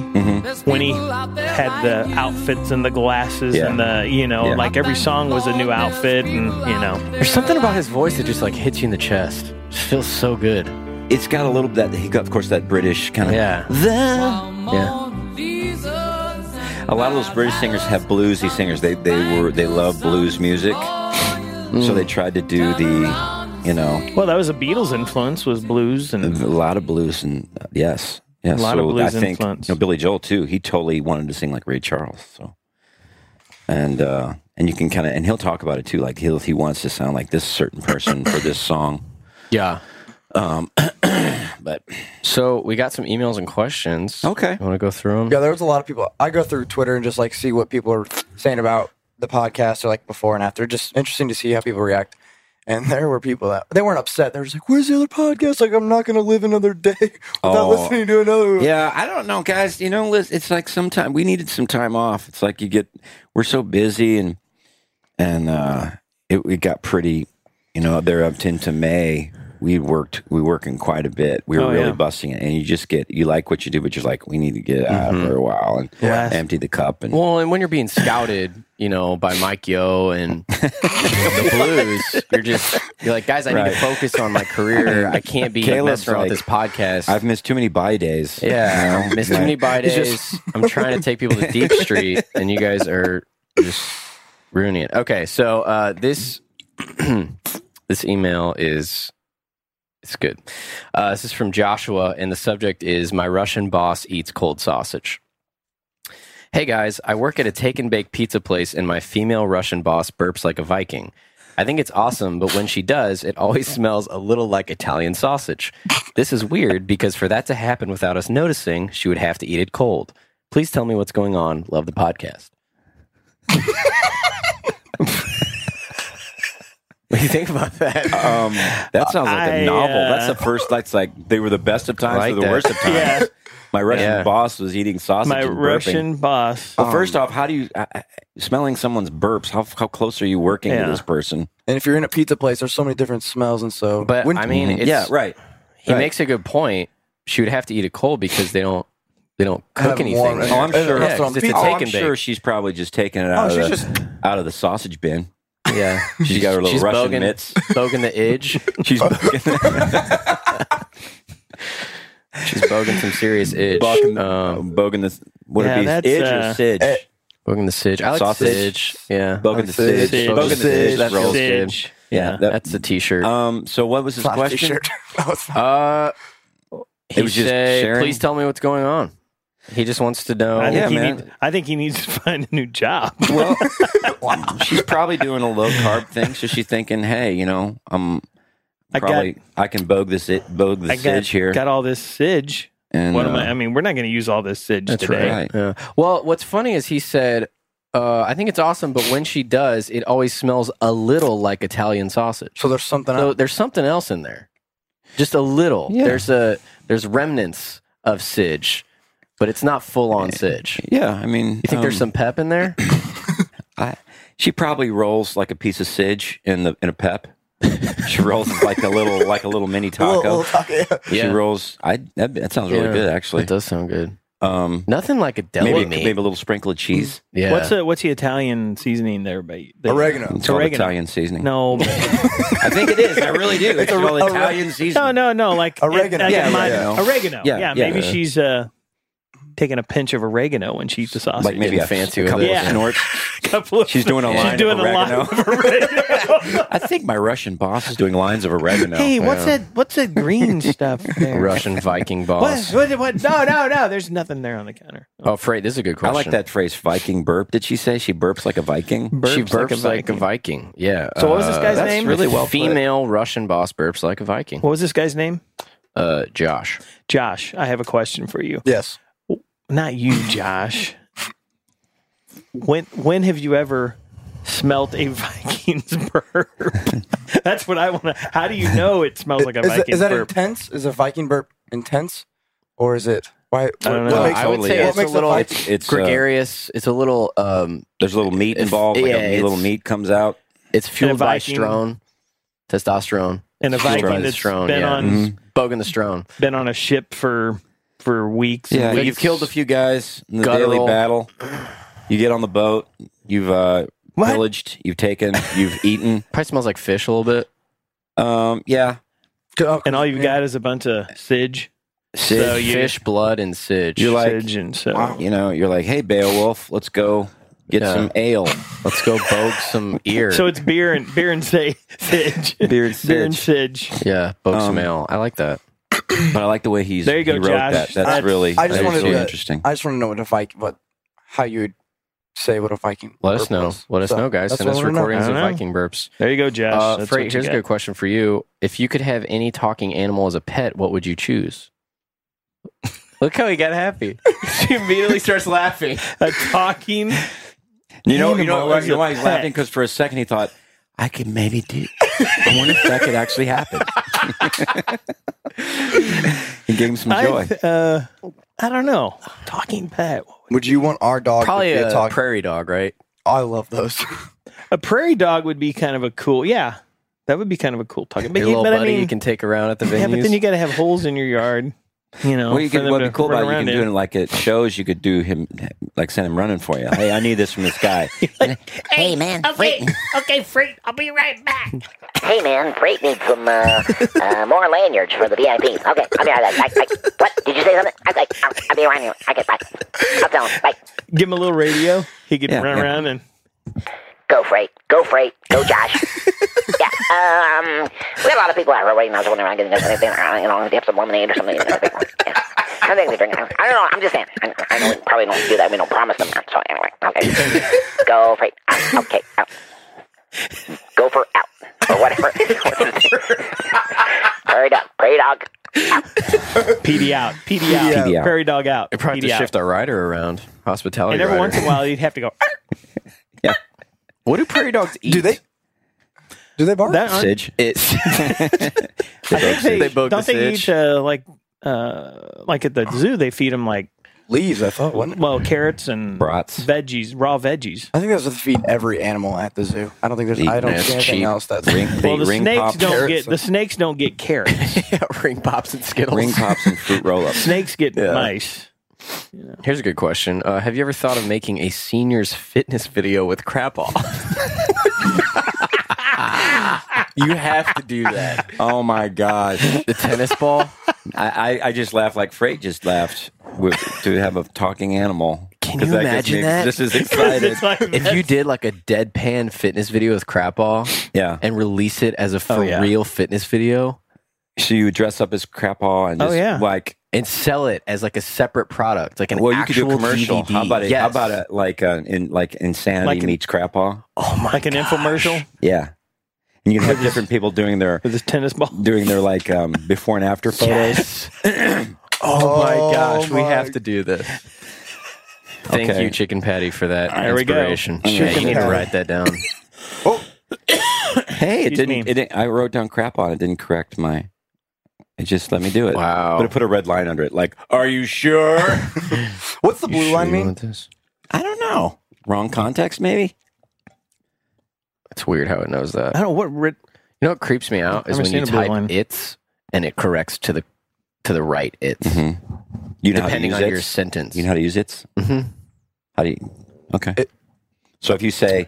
when he had the outfits and the glasses Mm-hmm. Yeah. and the you know Yeah. like every song was a new outfit and you know There's something about his voice that just like hits you in the chest. Just feels so good. It's got a little bit that he got, of course, that British kind of. Yeah. The, Yeah. a lot of those British singers have bluesy singers. They they were they love blues music, so they tried to do the, you know, well that was a Beatles influence was blues a and lot of blues and yes, yes. A lot of so blues I think influence. you know, Billy Joel too. He totally wanted to sing like Ray Charles. So and uh, and you can kind of and he'll talk about it too. Like he'll he wants to sound like this certain person for this song. Yeah. Um, But So we got some emails and questions. Okay. You want to go through them? yeah, there was a lot of people. I go through Twitter and just like see what people are saying about the podcast or like before and after. Just interesting to see how people react. And there were people that they weren't upset. They were just like, "Where's the other podcast? Like, I'm not going to live another day without Oh. listening to another." one." yeah, I don't know, guys. You know, Liz, it's like sometime we needed some time off. It's like you get we're so busy and and uh, it we got pretty. You know, there up to into May. We worked. We working quite a bit. We were Oh, really yeah. busting it, and you just get you like what you do, but you're like, we need to get out for a while and Yeah. empty the cup and Mm-hmm. Well, and when you're being scouted, you know, by Mike Yo and the Blues, you're just you're like, guys, I need Right. to focus on my career. I can't be Caleb's messing around like, with this podcast. I've missed too many buy days. yeah, You know? missed too many buy days. It's I'm trying to take people to Deep Street, and you guys are just ruining it. Okay, so uh, this this email is it's good. Uh, this is from Joshua, and the subject is my Russian boss eats cold sausage. Hey guys, I work at a take and bake pizza place, and my female Russian boss burps like a Viking. I think it's awesome, but when she does, it always smells a little like Italian sausage. This is weird because for that to happen without us noticing, she would have to eat it cold. Please tell me what's going on. Love the podcast. what do you think about that? Um, that sounds like a I, novel. uh, that's the first. That's like they were the best of times like or the that. worst of times. yeah My Russian Yeah. boss was eating sausage. My and burping. Oh, Russian boss. Well, first off, how do you I, I- smelling someone's burps? How how close are you working Yeah. to this person? And if you're in a pizza place, there's so many different smells, and so. But Wouldn't- I mean, it's, yeah, right. He right. makes a good point. She would have to eat it cold because they don't they don't cook Have anything. warm- Oh, I'm Yeah, sure. that's what I'm Oh, thinking. I'm Take and sure bake. she's probably just taking it Oh, out of she's the just out of the sausage bin. Yeah, She's got her little she's Russian bogan, mitts. bogan the edge. She's bogging, She's bogan some serious edge. bogging, the- Um, bogging the what Yeah, it that's, be? Itch uh, or sidge? eh, bogan the sidge. I like Sausage. the sidge. Yeah, Bogan the Sidge. sidge. Sidge. Bogan the Sidge. sidge. That rolls. Sidge. Sidge. Yeah, Yeah, that- that's the t-shirt. Um. So what was his it's not a question? t-shirt. No, it's not. Uh, he It was just said, sharing? "Please tell me what's going on." He just wants to know. I think, yeah, he man. needs, I think he needs to find a new job. Well, she's probably doing a low carb thing, so she's thinking, "Hey, you know, I'm I got- probably I can bog this it bog the I got, sidge here." got all this sidge. and, What am uh, I? I mean, we're not going to use all this sidge today. right. Yeah. Well, what's funny is he said, uh, "I think it's awesome," but when she does, it always smells a little like Italian sausage. So there's something. So else. there's something else in there, just a little. Yeah. There's a there's remnants of sidge, but it's not full Eh, on sidge. Yeah, I mean, um, You think there's um, some pep in there? I, she probably rolls like a piece of sidge in the in a pep. she rolls like a little like a little mini A taco. little- little taco, yeah. She rolls. I that, that sounds really Yeah. good actually. It does sound good. Um, Nothing like a deli maybe meat. maybe a little sprinkle of cheese. yeah. What's the what's the Italian seasoning there? By the, Oregano. It's called Oregano. Italian seasoning. No, I think it is. I really do. It's, called a- Italian seasoning. no, no, no. Like Oregano. like Yeah, in my- yeah, yeah. oregano. Yeah, Yeah, yeah. maybe she's uh, taking a pinch of oregano when she eats the sausage. Like maybe Getting a fancy fancy, a with couple it. of Yeah. snorts. couple of- She's doing a line She's doing of a line oregano. of oregano. I think my Russian boss is doing lines of oregano. hey, what's that? What's that green stuff there? Russian Viking What, boss. what? What? No, no, no. There's nothing there on the counter. Oh, Freight, this is a good I question. like that phrase Viking burp. Did she say she burps like a Viking? Burps she like burps a like a Viking. Viking. Yeah. So what was this guy's Uh, that's name? Really well. put. Female Russian boss burps like a Viking. What was this guy's name? Uh, Josh. Josh. I have a question for you. Yes. Not you, Josh. when when have you ever smelt a Viking's burp? That's what I want to. How do you know it smells like a is, that, Viking's is that burp? intense? Is a Viking burp intense, or is it why? I don't what know. makes- I would totally say is. What it's a makes a little Viking- it's It's, uh, gregarious. it's a little. Um, There's a little meat If- involved. like yeah, a little it's- meat comes out. it's fueled by Viking- strone, testosterone, And a It's fueled by Viking the that's strone, been yeah. on Mm-hmm. bogan the strone. been on a ship for for weeks. and Yeah, weeks. you've killed a few guys in the Guttural. daily battle. You get on the boat. You've uh, What? pillaged. You've taken. You've eaten. Probably smells like fish a little bit. Um, yeah, Oh, and all you've got is a bunch of sidge. Sid, So you- Fish, blood, and sidge. You're like- sidge and so you know, you're like, hey, Beowulf, let's go get Yeah. some ale. Let's go bog some ear. so it's beer and beer and say sidge. Beer and Beer and sidge. sidge. yeah, bog some Um, ale. I like that. But I like the way he's. There you go, he wrote Josh. That. That's, That's- really. I just that's wanted really to- interesting. I just want to know what a Viking, what how you would say what a Viking. Let us burp know. was. Let us So, know, guys. that's Send what us I wanna know. recordings I of don't know. Viking burps. There you go, Josh. Uh, That's Freight, what you here's a got. good question for you. If you could have any talking animal as a pet, what would you choose? Look how he got happy. he immediately starts laughing. a talking. You know, you Animal know, why- is you know a why he's pet. laughing? Because for a second he thought, I could maybe do. I wonder if that could actually happen. he gave him some joy. I, uh, I don't know. Talking pet. Would you want our dog? Probably to be a, a, talk- prairie dog, right? I love those. A prairie dog would be kind of a cool. Yeah, that would be kind of a cool talking. But, Your you- little but buddy I mean, you can take around at the venues. yeah, but then you got to have holes in your yard. You know, Well, you for could, them what'd to be cool run about it, you around can do it in, like at shows. You could do him, like send him running for you. Hey, I need this from this guy. Hey, man. Okay, okay, Freak. I'll be right back. Hey, man. Freak needs some uh, uh, more lanyards for the VIP. Okay, I'll be right back. Bye, bye. What? Did you say something? Okay, I'll, I'll be around you. Okay, bye. I'll tell him. Bye. Give him a little radio. He could Yeah, run yeah. around and Go, Freight. Go, Freight. Go, Josh. yeah, um, we have a lot of people out here waiting. I was wondering, I didn't know anything. I don't know, if you have some lemonade or something. you know, yeah. Something to drink. I don't know. I'm just saying. I, I know we probably don't do that. We don't promise them that. So anyway, okay. Go for it. Out. Okay, out. Go for out or whatever. Hurry up, prairie dog. PD out, PD out, PD out. prairie dog out, Probably have PD to out. shift our rider around. Hospitality. and every rider. once in a while, you'd have to go. "Arr!" what do prairie dogs eat? do they? Do they bark? That aren't- Sidge. It's I think they, They bug don't the they sitch. eat uh, like uh, like at the zoo, they feed them like Leaves, I thought, wasn't it? well carrots and Brats. veggies, raw veggies. I think that's what they feed every animal at the zoo. I don't think there's. I don't Neatness, see anything cheap. else that's. Ring, they Well, the ring snakes pop, don't carrots get the and- snakes don't get carrots. yeah, ring pops and skittles. ring pops and fruit roll ups. snakes get Yeah. mice. Here's a good question. Uh, have you ever thought of making a seniors fitness video with crap off? you have to do that. Oh my gosh. The tennis ball. I, I, I just laughed like Freight just laughed with, to have a talking animal. Can 'Cause you that gets imagine me that? Just as excited. It's like If you did like a deadpan fitness video with crap ball yeah. and release it Oh, as a for yeah. real fitness video So you dress up as Crapaw and Oh, just yeah. like and sell it as like a separate product, like an well, you could actual do a commercial. DVD. How about it? Yes. How about it? Like uh, in like insanity Like an- meets Crapaw. Oh my like an gosh. infomercial Yeah, and you have different people doing their with this tennis ball. doing their like um, before and after photos. Yes. oh my gosh, we my- have to do this. Thank Okay. you, Chicken Patty, for that There we go. inspiration. Yeah, you Chicken need to Patty. write that down. Hey, it Excuse didn't, me. it didn't. I wrote down Crapaw and it didn't correct my. It just let me do it. But Wow. it put a red line under it. Like, are you sure? What's the blue line mean? I don't know. Wrong context, maybe. It's weird how it knows that. I You don't know what ri- know what creeps me out I've is never when you seen a blue type line. "it's" and it corrects to the to the right "it's," You know Mm-hmm. depending how to use on your its? sentence. You know how to use its. Mhm. How do you? Okay. so if you say,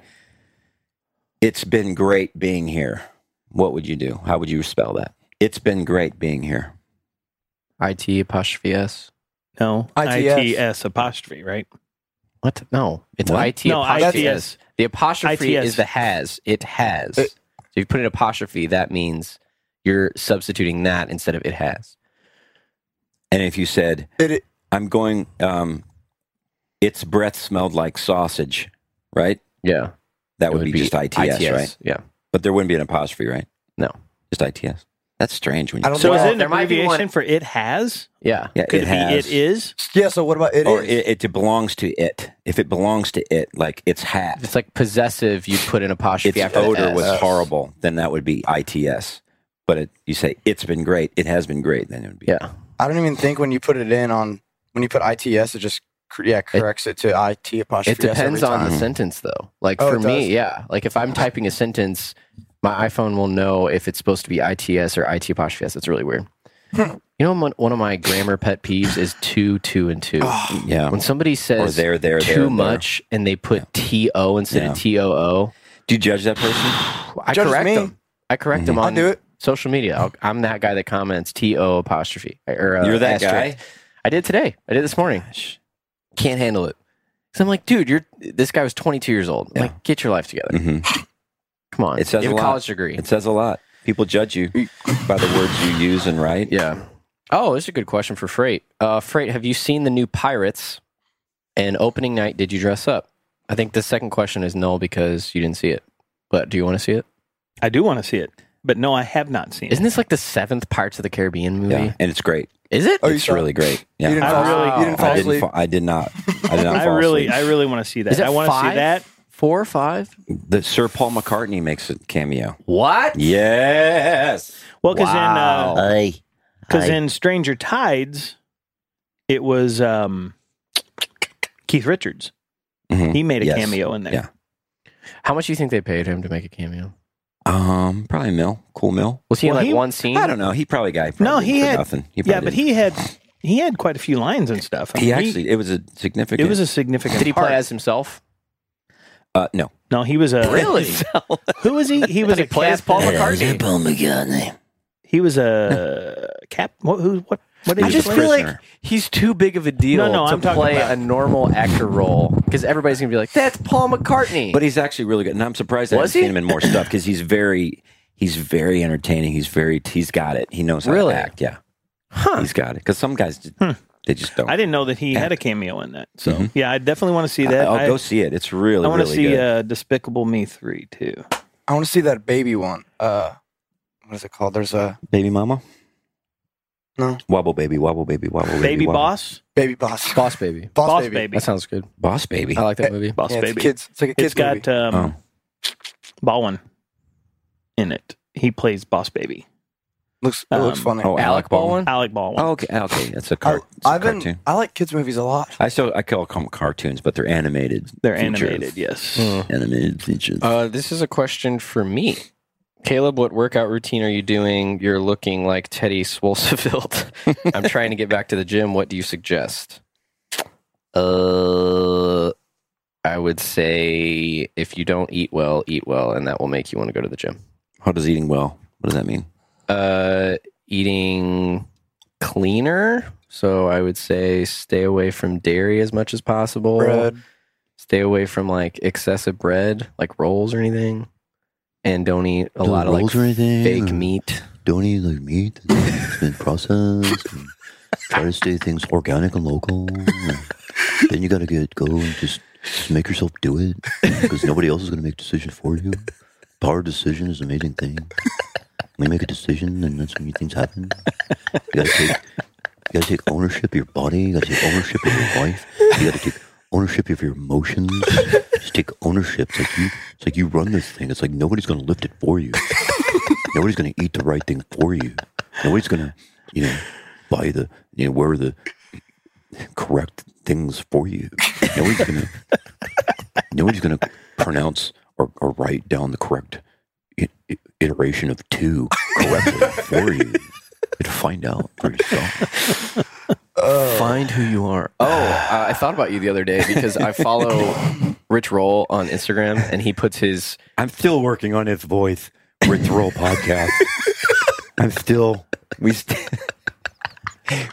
"It's been great being here," what would you do? How would you spell that? It's been great being here. It apostrophe s. no ITS. ITS apostrophe right. What? No, it's What? it No, apostrophe ITS. s. The apostrophe ITS. is the has. It has. It- so if you put an apostrophe, that means you're substituting that instead of it has. And if you said, It, it, "I'm going," um, its breath smelled like sausage, right? Yeah, That would, be, just ITS, right? Yeah. But there wouldn't be an apostrophe, right? No. Just ITS. That's strange. When I you don't So know. is Well, it an there might be one- abbreviation for it has? Yeah. yeah, Could it, be has. it is? yeah. So what about it? or is? it, it belongs to it. If it belongs to it, like its hat, It's like possessive. You put an apostrophe its after the odor was S. horrible, then that would be ITS. But it, you say it's been great, it has been great, then it would be Yeah. I don't even think when you put it in on when you put ITS, it just cor- yeah corrects it, to IT apostrophe. It depends S every on the time. sentence, though. Like Oh, for it does? me, yeah. Like if I'm typing a sentence, my iPhone will know if it's supposed to be ITS or IT apostrophe S. It's really weird. you know, one- one of my grammar pet peeves is two, two, and two. yeah. When Oh, somebody Or says there, there, there, too there. much and they put T-O instead of T-O-O, Do you judge that person? I Judges correct me. them. I correct them Mm-hmm. I'll on do it. social media. I'll, I'm that guy that comments T-O apostrophe. Or, uh, You're that asterisk. guy. I did today. I did this morning. Can't handle it. So I'm like, dude, you're this guy was 22 years old. I'm Like, get your life together. Come on. It says you have a a lot. college degree. It says a lot. People judge you by the words you use and write. yeah. Oh, this is a good question for Freight. Uh, Freight, have you seen the new Pirates? And opening night, did you dress up? I think the second question is no because you didn't see it. But do you want to see it? I do want to see it, but no, I have not seen Isn't it. this like the seventh Parts of the Caribbean movie? Yeah, and it's great. Is it? Oh, you it's saw it? really great. Yeah, You didn't, I fall, really- you didn't fall I didn't. asleep. Fall, I did not. I did not. I fall really, asleep. I really want to see that. Is it I want to five? see that. Four or five? the Sir Paul McCartney makes a cameo. What? Yes. Well, because in uh, Hey. because in Stranger Tides, it was um, Keith Richards. Mhm. He made a Yes. cameo in there. Yeah. How much do you think they paid him to make a cameo? Um, probably Mill. Cool Mill. Was he in Well, like he- one scene? I don't know. He probably got. No, he had- nothing. yeah, but he had he had quite a few lines and stuff. I He mean, actually, it was a significant. it was a significant. Did he part. play as himself? uh, no. No, he was a Who was he? He was he a play as captain. Paul McCartney? Paul McCartney. He was a cap. What? Who? What? What did I he just play? feel like prisoner. he's too big of a deal No, no, to I'm talking play about- a normal actor role because everybody's gonna be like, "That's Paul McCartney." But he's actually really good, and I'm surprised I Was haven't he? seen him in more stuff because he's very, he's very entertaining. He's very, he's got it. He knows how Really? to act. Yeah, huh? he's got it. Because some guys, just- they just don't. Hmm. I didn't know that he had a cameo in that. So yeah, I definitely want to see that. I'll I, go see it. It's really, I want to really see good. uh, Despicable Me three too. I want to see that baby one. Uh, what is it called? There's a baby mama. No. Wobble baby, wobble baby, wobble baby. Baby wobble. Boss, baby boss. Boss Baby. Boss, Boss baby. Baby, That sounds good. Boss baby. I like that movie. Boss Yeah, it's, Baby. kids. it's like a kids it's got um, Oh. Baldwin in it. He plays Boss Baby. Looks it um, looks funny. Oh, Alec Baldwin. Alec Baldwin. Oh, okay, okay, that's a, I, car- it's a I've cartoon. been I like kids movies a lot. I still I call them cartoons, but they're animated. They're features. animated, yes. Hmm. Animated features. Uh, this is a question for me. Caleb, what workout routine are you doing? You're looking like Teddy Swolsefield. I'm trying to get back to the gym. What do you suggest? Uh, I would say if you don't eat well, eat well, and that will make you want to go to the gym. How does eating well? What does that mean? Uh, eating cleaner. So I would say stay away from dairy as much as possible. Bread. stay away from like excessive bread, like rolls or anything, and don't eat a lot of like rolls or anything, fake or- meat. Don't eat like meat. It's been processed. and try to stay things organic and local. and then you got to get go and just, just make yourself do it because nobody else is going to make decisions for you. Power of decision is an amazing thing. When you make a decision, and that's when you- things happen. You got to take you got to take ownership of your body. You got to take ownership of your life. You got to take ownership of your emotions. Just take ownership. It's like you, it's like you run this thing. It's like nobody's going to lift it for you. Nobody's going to eat the right thing for you. Nobody's going to, you know, buy the, you know, wear the correct things for you. Nobody's going to, nobody's going to pronounce or, or write down the correct i- i- iteration of two correctly for you. You'd find out for yourself. Find who you are. Oh, uh, I thought about you the other day because I follow Rich Roll on Instagram, and he puts his I'm still working on his voice with the Roll podcast. I'm still we st-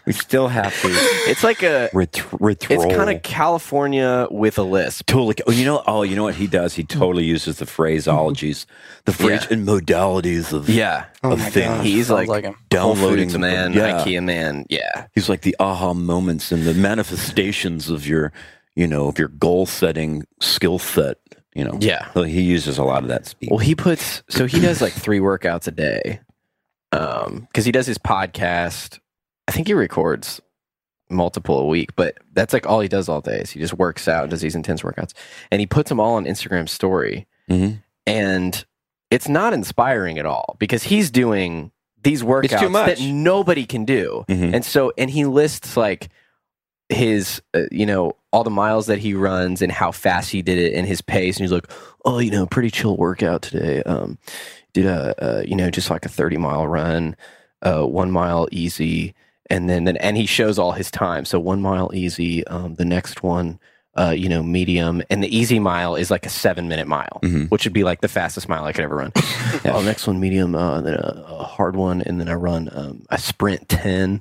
we still have to it's like a ret- ret- it's kind of California with a lisp. totally. Oh, you know, oh, you know what he does? He totally uses the Mm-hmm. phraseologies, the phrase Yeah. and modalities of Yeah, Oh of my things. gosh, He's sounds like- like him. Whole downloading Foods the man, Yeah. IKEA man. Yeah, He's like the aha moments and the manifestations of your, you know, of your goal setting skill set. You know, Yeah. So he uses a lot of that speak. Well, he puts so he does like three workouts a day, um, because he does his podcast. I think he records multiple a week, but that's like all he does all day. Is he just works out and does these intense workouts, and he puts them all on Instagram story, Mhm. and it's not inspiring at all because he's doing these workouts much. that nobody can do, Mhm. and so and he lists like his uh, you know all the miles that he runs and how fast he did it and his pace and he's like oh you know pretty chill workout today um did a uh, you know just like a 30 mile run uh one mile easy and then, then and he shows all his time so one mile easy um the next one uh you know medium and the easy mile is like a seven minute mile Mhm. which would be like the fastest mile i could ever run oh next one medium uh then a, a hard one and then i run um i sprint 10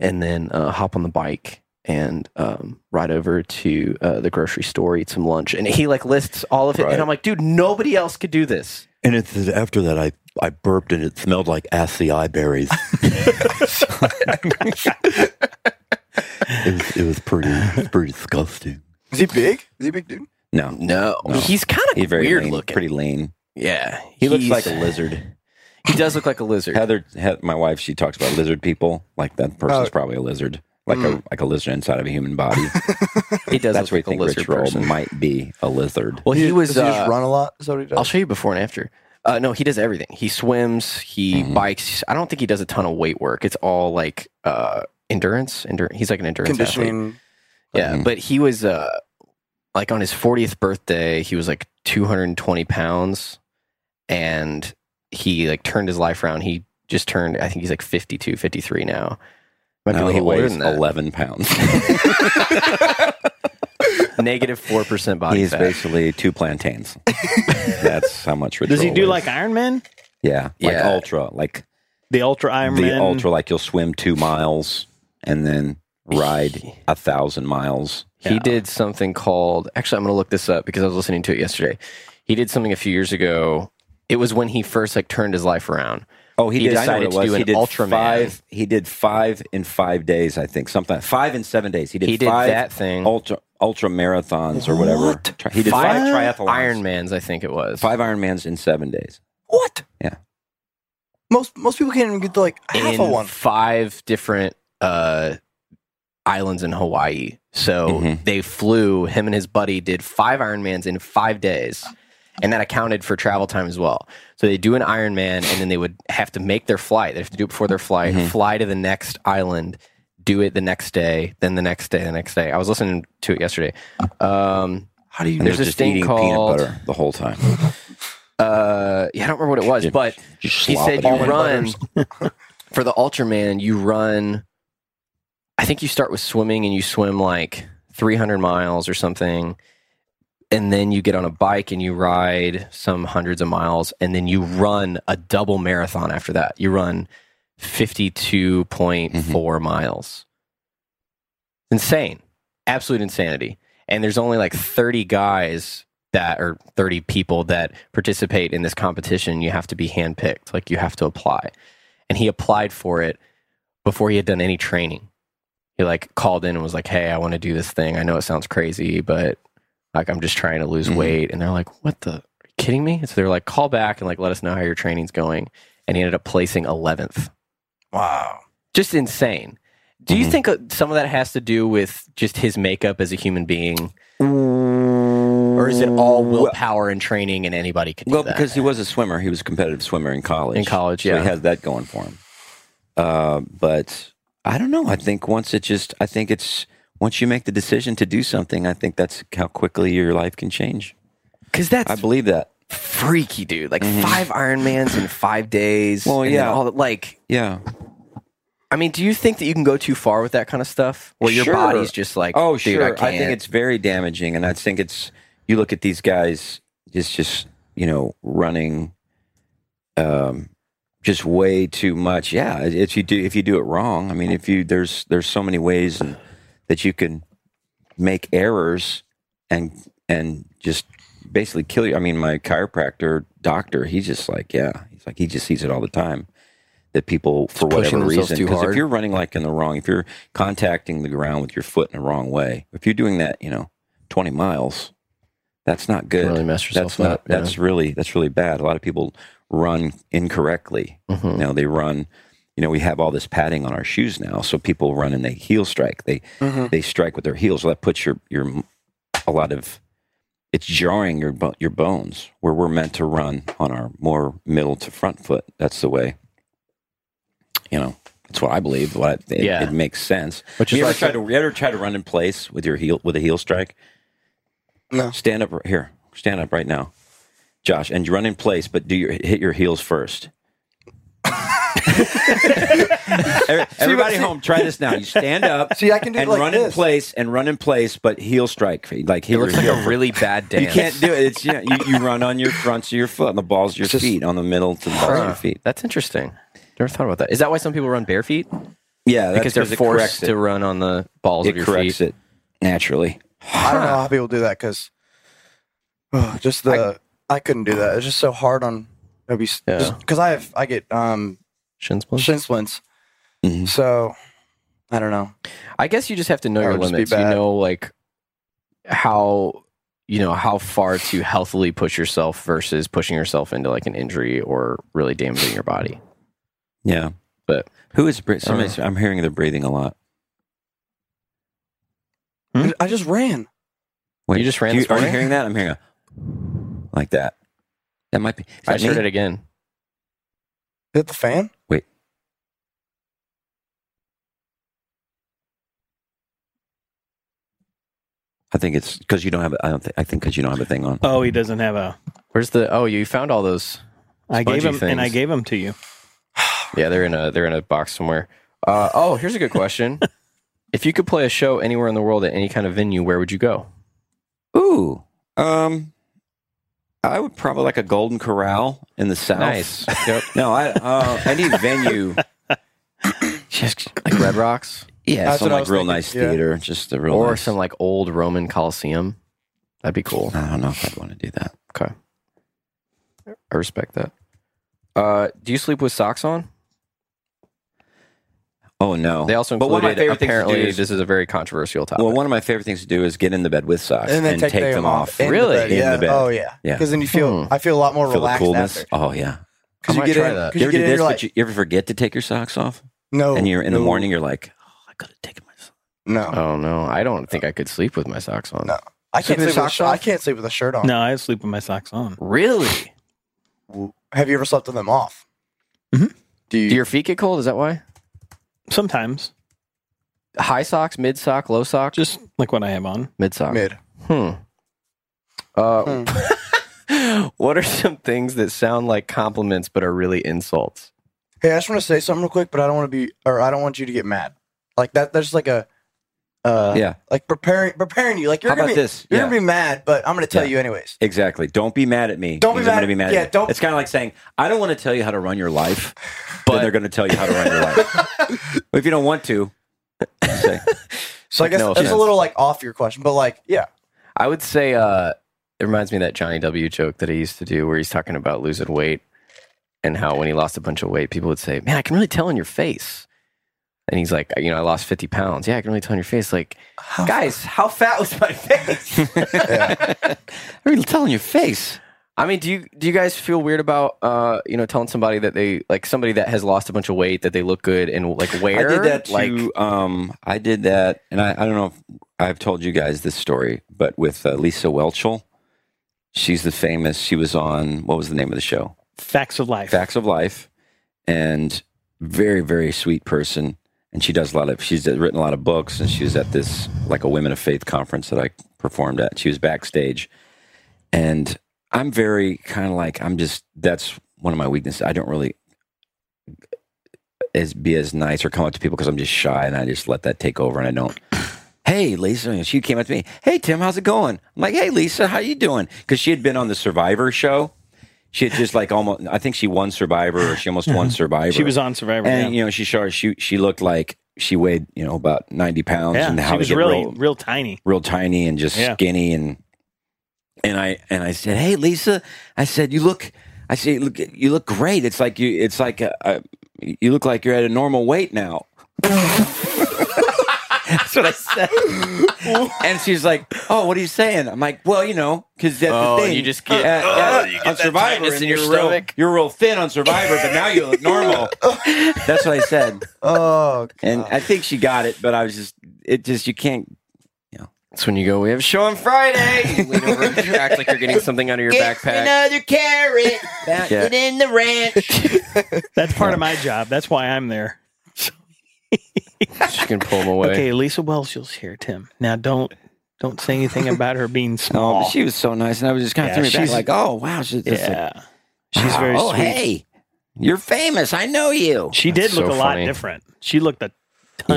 and then uh, hop on the bike and um, ride over to uh, the grocery store, eat some lunch. And he like lists all of it. Right. And I'm like, dude, nobody else could do this. and it's after that I I burped and it smelled like acai berries. it, was, it was pretty it was pretty disgusting. Is he big? Is he a big dude? No, No. No. He's kind he's of very weird lean, looking. pretty lean. yeah. He looks like a He's- lizard. He does look like a lizard. Heather, Heather, my wife, she talks about lizard people. Like that person's Oh. probably a lizard, like a like a lizard inside of a human body. he does That's what look Hmm. like we a think lizard Rich Roll person. might be a lizard. Well, he was. Does he Uh, just run a lot? Is that what he does? I'll show you before and after. Uh, no, he does everything. He swims. He Mm-hmm. bikes. I don't think he does a ton of weight work. It's all like uh, endurance. Endur- he's like an endurance athlete. Conditioning. Yeah, Mhm. but he was uh like on his 40th birthday, he was like 220 pounds and he like turned his life around. He just turned I think he's like 52, 53 now. Might No, be a he little older weighs than that. eleven pounds. Negative 4% body He's fat. basically two plantains. That's how much. Rich Does he Roll do weighs. like Iron Man? yeah, like Yeah. ultra, like The Ultra Iron the Man. ultra, like you'll swim two miles and then ride a thousand miles. He did something called actually I'm going to look this up because I was listening to it yesterday. He did something a few years ago. It was when he first like turned his life around. Oh, he, He did. I know decided what it to was. do he an did Ultraman. five. He did five in five days. I think something five in seven days. He did. He did five that thing. ultra ultra marathons or whatever. Tri- He did five, triathlons. Ironmans, I think it was. Five Ironmans in seven days. What? Yeah. Most most people can't even get to like half in a one. five different uh, islands in Hawaii. So they flew. Him and his buddy did five Ironmans in five days, and that accounted for travel time as well. So they do an Ironman, and then they would have to make their flight. They have to do it before their flight, fly to the next island, do it the next day, then the next day, the next day. I was listening to it yesterday. Um, How do you? And There's there's this just thing eating called- peanut butter the whole time. uh, yeah, I don't remember what it was, Yeah, but just he slop said it you in. run for the Ultraman. You run. I think you start with swimming and you swim like 300 miles or something, and then you get on a bike and you ride some hundreds of miles, and then you run a double marathon after that. You run 52.4 miles. Insane, absolute insanity. And there's only like 30 guys that or 30 people that participate in this competition, you have to be handpicked. Like you have to apply. And he applied for it before he had done any training. He like called in and was like, Hey, I want to do this thing. I know it sounds crazy, but like I'm just trying to lose Mhm. weight. And they're like, What the are you kidding me? So they're like, call back and like let us know how your training's going. And he ended up placing eleventh Wow. just insane. Do you Mhm. think uh, some of that has to do with just his makeup as a human being, or is it all willpower and training, and anybody can? Do Well, that? because he was a swimmer, he was a competitive swimmer in college. In college, so yeah. he has that going for him. Uh, but I don't know. I think once it just, I think it's once you make the decision to do something, I think that's how quickly your life can change. because that's I believe that. freaky, dude. Like five Ironmans in five days. Well, and then yeah. all that- like, Yeah. I mean, do you think that you can go too far with that kind of stuff, where your Sure. body's just like, oh, dude, sure. I, can't. think it's very damaging, and I think it's you look at these guys just just you know running, um, just way too much. Yeah, if you do if you do it wrong, I mean, if you there's there's so many ways and, that you can make errors and and just basically kill you. I mean, my chiropractor doctor, he's just like, yeah, he's like he just sees it all the time. That people, for pushing whatever themselves reason, too because if hard. you're running like in the wrong, if you're contacting the ground with your foot in the wrong way, if you're doing that, you know, 20 miles, that's not good. Really mess that's yourself not. up, yeah. That's really that's really bad. A lot of people run incorrectly. Mhm. You know, they run. You know, we have all this padding on our shoes now, so people run and they heel strike. They Mm-hmm. Mhm. they strike with their heels. So that puts your your a lot of it's jarring your bo- your bones where we're meant to run on our more middle to front foot. That's the way. You know, that's what I believe. What I, it, Yeah. it makes sense. Which you is ever like- try to you ever try to run in place with your heel with a heel strike? No. Stand up r- here. Stand up right now, Josh, and run in place, but do your hit your heels first. Every- Everybody home, try this now. You stand up See, I can do it and like run in this. place and run in place, but heel strike. Like it heel looks like a really bad dance. you can't do it. It's yeah, you, you run on your fronts of your foot, on the balls of your Just- feet, on the middle to the balls of Huh. your feet. That's interesting. Never thought about that. Is that why some people run bare feet? Yeah, that's Because they're it forced corrects to run on the balls it. It of your corrects feet. it naturally. I don't know how people do that because just the I, couldn't do that. It's just so hard on. It'd be Yeah. because I have I get um Shin splints? shin splints, Mhm. so I don't know. I guess you just have to know That your would just be limits. You bad. know, like how you know how far to healthily push yourself versus pushing yourself into like an injury or really damaging your body. Yeah, But- who is Brit? Somebody's, I'm hearing they're breathing a lot. Hmm? I just ran. Wait, You just ran do this are you morning? hearing that? I'm hearing a like that. That might be. Is I that just heard me? it again. Hit the fan. I think it's because you don't have. a- I don't. Think, I think because you don't have a thing on. Oh, he doesn't have a. Where's the? Oh, you found all those. I gave Spongy him and I things. gave him to you. Yeah, they're in a they're in a box somewhere. Uh, oh, here's a good question. if you could play a show anywhere in the world at any kind of venue, where would you go? Ooh. Um, I would probably like a Golden Corral in the South. Nice. Yep. No, I uh, any venue. just Like Red Rocks yeah, That's some what I like was real thinking, nice yeah. theater, just a real or nice- some like old Roman Coliseum. That'd be cool. I don't know if I'd want to do that. Okay. I respect that. Uh, do you sleep with socks on? Oh no. They also But included one of my favorite things to do apparently is- this is a very controversial topic. well, one of my favorite things to do is get in the bed with socks and then take, them, off. in the Really? bed, In the yeah. bed. Oh yeah. Yeah. Because then you feel. Hmm. I feel a lot more Feel the relaxed coolness. after. Oh yeah. Because I you might get try in. that. You you ever do get this? in. You're but like, you, you ever forget to take your socks off, no. and you're "Oh, in the no, morning. You're like, oh, I could have taken my. No. oh no, I don't think I could sleep with my socks on. No. I can't sleep Sleeping with a socks sh- off? I can't sleep with a shirt on. No, I sleep with my socks on. Really? Have you ever slept with them off? Mm-hmm. Do your feet get cold? Is that why? Sometimes, High socks, mid sock, low sock, just like what I have on. mid sock. Mid. Hmm. Hmm. Uh, what are some things that sound like compliments but are really insults? Hey, I just want to say something real quick, but I don't want to be, or I don't want you to get mad. Like that. There's like a, uh, Yeah. like preparing, preparing you. Like you're How gonna about be, this? You're Yeah. gonna be mad, but I'm gonna tell you anyways. Exactly. Don't be mad at me. Don't be because I'm mad- gonna mad yeah, at you. don't- It's kind of like saying, I don't want to tell you how to run your life, but they're going to tell you how to run your life. if you don't want to, say, So I Like, guess that's no a offense. little like off your question, but like yeah, I would say uh, it reminds me of that Johnny W joke that he used to do where he's talking about losing weight and how when he lost a bunch of weight, people would say, Man, I can really tell in your face. And he's like, You know, I lost 50 pounds. Yeah, I can really tell in your face. Like, guys, how fat was my face? I'm going to tell in your face. I mean, do you do you guys feel weird about uh you know telling somebody that they like somebody that has lost a bunch of weight that they look good and like I where did that to, like um, I did that, and I, I don't know if I've told you guys this story, but with uh, Lisa Welchel, she's the famous, she was on, what was the name of the show? Facts of life. Facts of Life, and very very sweet person. And she does a lot of she's written a lot of books, and she was at this like a women of faith conference that I performed at. She was backstage, and I'm very kind of like I'm just that's one of my weaknesses. I don't really as be as nice or come up to people because I'm just shy, and I just let that take over, and I don't. Hey Lisa, and she came up to me. Hey Tim, how's it going? I'm like, hey Lisa, how you doing? Because she had been on the Survivor show, she had just like almost. I think she won Survivor, or she almost won Survivor. Mm-hmm. She was on Survivor. and yeah, you know she showed she she looked like she weighed you know about ninety pounds, Yeah, and how she to was get really real- real tiny. real tiny and just Yeah. skinny and and I and I said, "Hey, Lisa," I said, "You look," I say, "Look, you look great. It's like you, it's like a, a, you look like you're at a normal weight now." That's what I said. and she's like, "Oh, what are you saying?" I'm like, "Well, you know, because that's Oh, the thing. you just get- At- oh, at- you get on that Survivor, tightness and in your you're Real, stomach. you're real thin on Survivor, but now you look normal." That's what I said, oh, and I think she got it. But I was just, it just you can't That's when you go, we have a show on Friday. You lean over and you act like you're getting something out of your backpack. another carrot. Bounce Yeah. it in the ranch. That's part of my job. That's why I'm there. You can pull them away. Okay, Lisa Welsh's here, Tim. Now don't don't say anything about her being Oh, small. but she was so nice, and I was just kind of threw Yeah, me back she's- like, "Oh wow, she's just like, yeah, she's very oh sweet. hey, you're famous. I know you." She did That's look so a lot funny. different. She looked a ton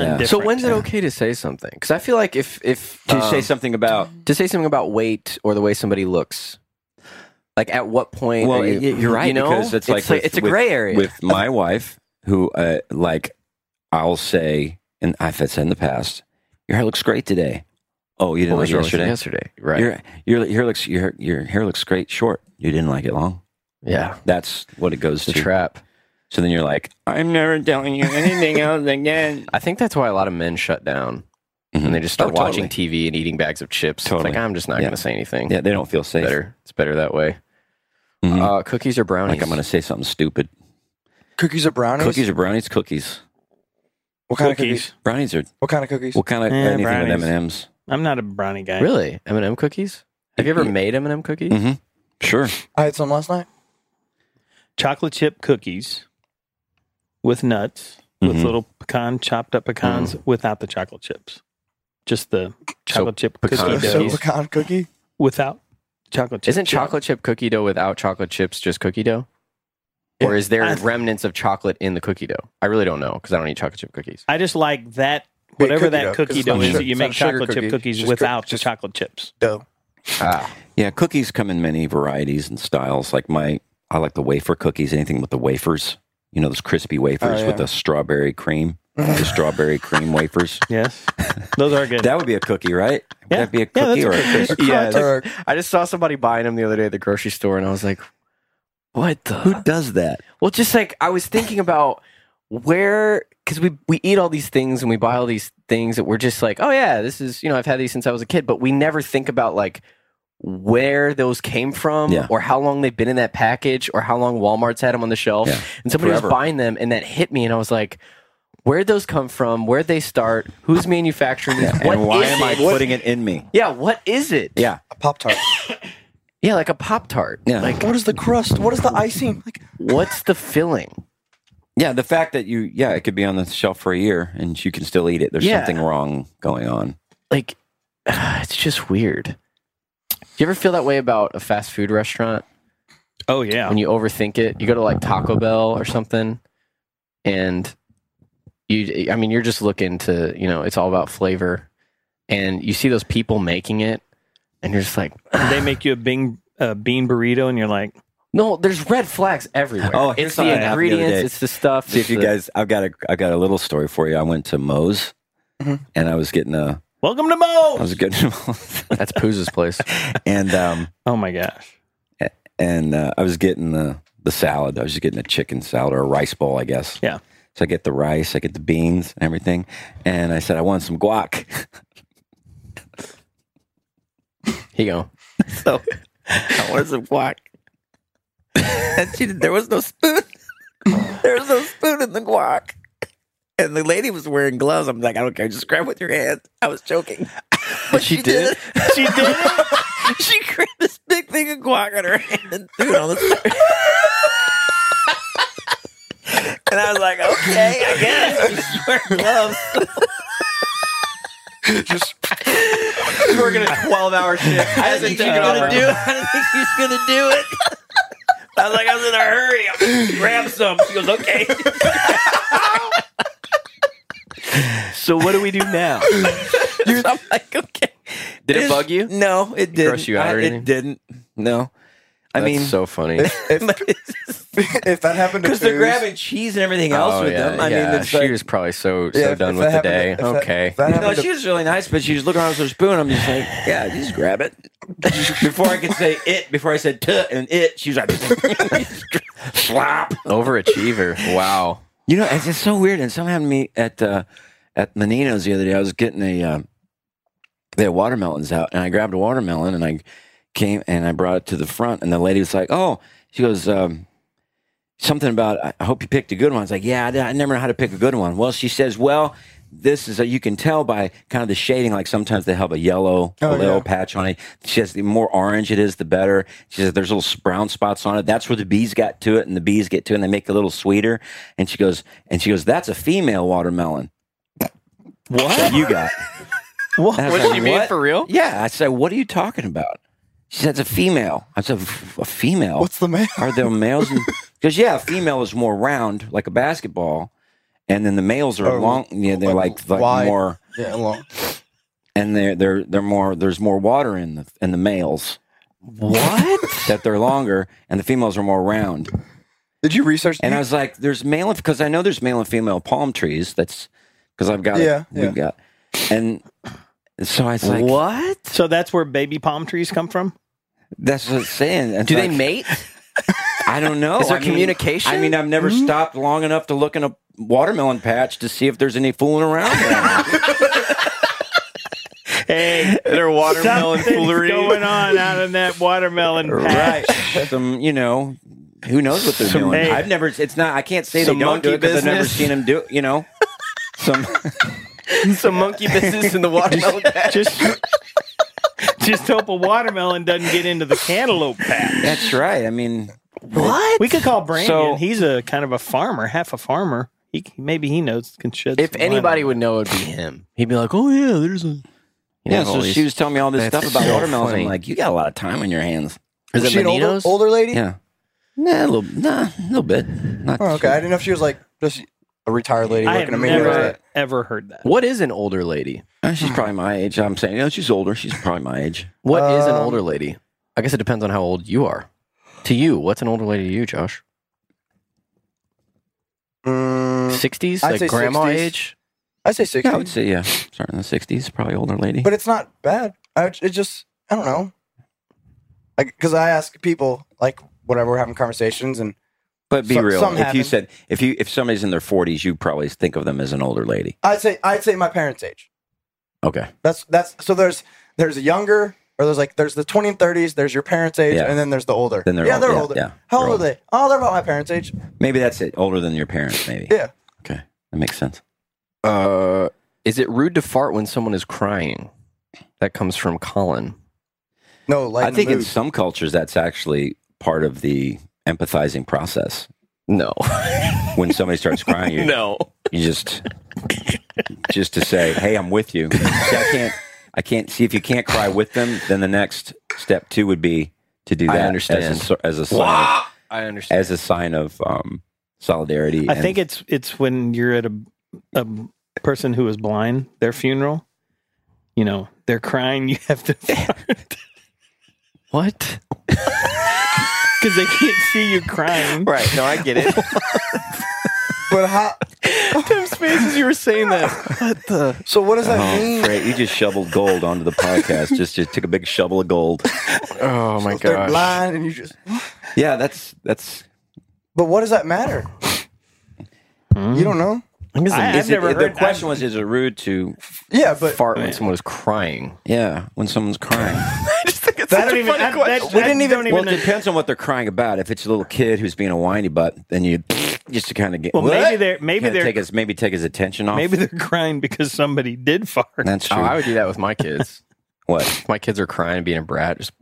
Yeah. So different. So when's it okay to say something? Because I feel like if if To say um, something about to say something about weight or the way somebody looks, like at what point? well, are you, you, are right You know, because it's like, with- it's a with- gray area. with my wife, who uh, like I'll say, and I've said in the past, your hair looks great today. Oh, you didn't like What was it wrong with you yesterday. yesterday, right? Your, your, your, looks, your, your hair looks great short. You didn't like it long. yeah, That's what it goes it's a to. trap. So then you're like, I'm never telling you anything else again. I think that's why a lot of men shut down Mhm. and they just Oh, start totally. watching TV and eating bags of chips. Totally. It's like I'm just not Yeah. going to say anything. Yeah, they don't feel safe. better. It's better that way. Mhm. Uh, cookies or brownies? like I'm going to say something stupid. cookies or brownies? Cookies or brownies? Cookies. what kind of cookies? cookies? Brownies are What kind of cookies? what kind of Eh, anything with brownies. M and M's? I'm not a brownie guy. really M and m cookies. Have you Mm-hmm. ever made M and m cookies? Mm. Sure. I had some last night. Chocolate chip cookies with nuts, with Mhm. little pecan chopped up pecans without the chocolate chips. Just the chocolate chip pecan cookie cookies. dough So pecan cookie. without chocolate chip. Isn't chocolate chip cookie dough without chocolate chips just cookie dough? Or is there I- remnants of chocolate in the cookie dough? I really don't know because I don't eat chocolate chip cookies. I just like that Big whatever cookie dough, 'cause that cookie it's not dough is sugar- that you it's make not sugar chocolate chip cookies. cookies Just cook- without just- the chocolate chips. Dough. Yeah, cookies come in many varieties and styles. Like my, I like the wafer cookies. Anything with the wafers. You know those crispy wafers yeah. with the strawberry cream. the strawberry cream wafers. Yes. Those are good. That would be a cookie, right? Would Yeah. that be a Yeah, cookie that's a or a cookie. crisp? Yeah, it's- Or I just saw somebody buying them the other day at the grocery store and I was like, what Who the? does that? Well, just like I was thinking about where, because we, we eat all these things and we buy all these things that we're just like, oh yeah, this is, you know, I've had these since I was a kid, but we never think about like where those came from Yeah. or how long they've been in that package or how long Walmart's had them on the shelf. Yeah. And somebody Forever. was buying them and that hit me and I was like, where those come from, where they start, who's manufacturing these, what and why is am I it? What- putting it in me? yeah, what is it? Yeah. A Pop Tart. yeah, like a pop tart. Yeah. like What is the crust? What is the icing? Like, what's the filling? Yeah, the fact that you yeah, it could be on the shelf for a year and you can still eat it. There's Yeah. something wrong going on. Like it's just weird. Do you ever feel that way about a fast food restaurant Oh yeah. when you overthink it? You go to like Taco Bell or something, and you, I mean, you're just looking to, you know, it's all about flavor, and you see those people making it, and you're just like, they make you a bean a bean burrito, and you're like, No, there's red flags everywhere. Oh, here's it's the something that happened the other ingredients, day. it's the stuff. See it's if you the- guys I've got a I've got a little story for you. I went to Moe's and I was getting a "Welcome to I Mo." was getting That's Pooza's place. and um Oh my gosh. and uh, I was getting the the salad. I was just getting a chicken salad or a rice bowl, I guess. Yeah. So I get the rice, I get the beans, and everything, and I said I want some guac. Here you go. so I wanted some guac. and she, there was no spoon. there was no spoon in the guac. And the lady was wearing gloves. I'm like, I don't care. Just grab with your hand. I was joking. But she did? it. She did it. she grabbed this big thing of guac on her hand and threw it on the floor. and I was like, okay, I guess. Just wear gloves. just Working a 12 hour shift. I didn't think she was gonna do it. I didn't think she was gonna do it. I was like, I was in a hurry. Grab some. She goes, "Okay." so what do we do now? I'm like, okay. Did it bug you? No, it didn't. gross you out I- or anything? It didn't. No. I That's mean, so funny. if that happened to because they're Foos- grabbing cheese and everything else with them. I mean, it's Oh, she like, was probably so so Yeah, if- done if with the that happened to- day. if that- okay. if that no, happened to- she was really nice, but she was looking around with her spoon. I'm just like, yeah, you just grab it. before I could say it, before I said tuh and it, she was like, slap. Overachiever. Wow. You know, it's just so weird. And something happened to me at uh, at Menino's the other day. I was getting a um, they had watermelons out, and I grabbed a watermelon and I came and I brought it to the front, and the lady was like, "Oh," she goes, um, "Something about I- I hope you picked a good one." I was like, "Yeah, I, did- I never know how to pick a good one." Well, she says, "Well." This is a, you can tell by kind of the shading. Like sometimes they have a yellow, a Oh, little yeah. patch on it. She says the more orange it is, the better. She says there's little brown spots on it. That's where the bees got to it, and the bees get to, it, and they make it a little sweeter. And she goes, and she goes, that's a female watermelon. What you got? What? And I was What like, do you mean for real? yeah, I said, "What are you talking about?" She said, "It's a female." I said, "F- "A female? what's the man? are there males?" Because yeah, a female is more round, like a basketball, and then the males are Oh, long. Yeah, they're like like like wide. more, Yeah, well, and they're they're they're more. There's more water in the in the males What? that they're longer, and the females are more round. did you research? And I was like, "There's male because I know there's male and female palm trees. That's because I've got Yeah, it. We've yeah. got and." So I was like, what? So that's where baby palm trees come from. That's what it's saying. It's Do they like- mate? I don't know. Is there I mean- communication? I mean, I've never stopped long enough to look in a watermelon patch to see if there's any fooling around. there. Hey, They're watermelon something's going on out in that watermelon patch. Some, you know, who knows what they're Some- doing? hey. I've never. It's not. I can't say Some they don't do monkey it because I've never business. seen them do. You know, some. Some monkey business in the watermelon patch. Just, just hope a watermelon doesn't get into the cantaloupe patch. That's right. I mean, What? We could call Brandon. So- He's a kind of a farmer, half a farmer. He c- maybe he knows can shed. if some light anybody on it. would know, it'd be him. He'd be like, "Oh yeah, there's a." You yeah. know, so all these- she was telling me all this That's stuff about so watermelons. funny. I'm like, you got a lot of time on your hands. Is it she an older, Menino's? older lady? Yeah. Nah, a little, nah, a little bit. Not Oh, okay. I didn't know if she was like just a retired lady I have working a meeting. never ever heard that. What is an older lady? Uh, She's probably my age. I'm saying, no, she's older. She's probably my age. What is an Um, older lady? I guess it depends on how old you are. To you, what's an older lady to you, Josh? Mm, 60s? I'd like say grandma 60s. age? I say sixty, Yeah, I would say, yeah, starting in the 60s, probably older lady. but it's not bad. I, it just I don't know, like because I ask people like whenever we're having conversations and But be So- real. some If you happen. said if you if somebody's in their forties, you probably think of them as an older lady. I'd say I'd say my parents' age. Okay. That's that's so there's there's a younger or there's like there's the twenty and thirties. There's your parents' age, Yeah. and then there's the older. Then they're yeah, old- they're yeah, older. yeah. How They're old are they? Oh, they're about my parents' age. Maybe that's it. Older than your parents, maybe. Yeah. Okay. That makes sense. Uh, is it rude to fart when someone is crying? That comes from Colin. No, like I think in some cultures that's actually part of the empathizing process. No, When somebody starts crying, you, no. you just just to say, "Hey, I'm with you." See, I can't. I can't see if you can't cry with them. Then the next step two would be to do I that. understand. as a, as a sign of, I understand. as a sign of um, solidarity. I and- think it's it's when you're at a a person who is blind, their funeral. You know, they're crying. You have to fart What? because they can't see you crying. Right. No, I get it. but how? Tim Spaces, you were saying that. What the? So what does that Oh, Mm. mean? great. You just shoveled gold onto the podcast. just, just took a big shovel of gold. Oh my They're god. blind, and you just. Yeah, that's that's. But what does that matter? You don't know. I, is have it- never the heard. question was, is it rude to? Yeah, but Fart when someone is crying. Yeah, when someone's crying. I just think it's I don't even. I, that, We I didn't even- don't well, it depends on what they're crying about. If it's a little kid who's being a whiny butt, then you just to kind of get. Well, What? maybe they're- maybe Kinda they're- take his maybe take his attention off. Maybe they're crying because somebody did fart. that's Oh, true. I would do that with my kids. what If my kids are crying and being a brat. Just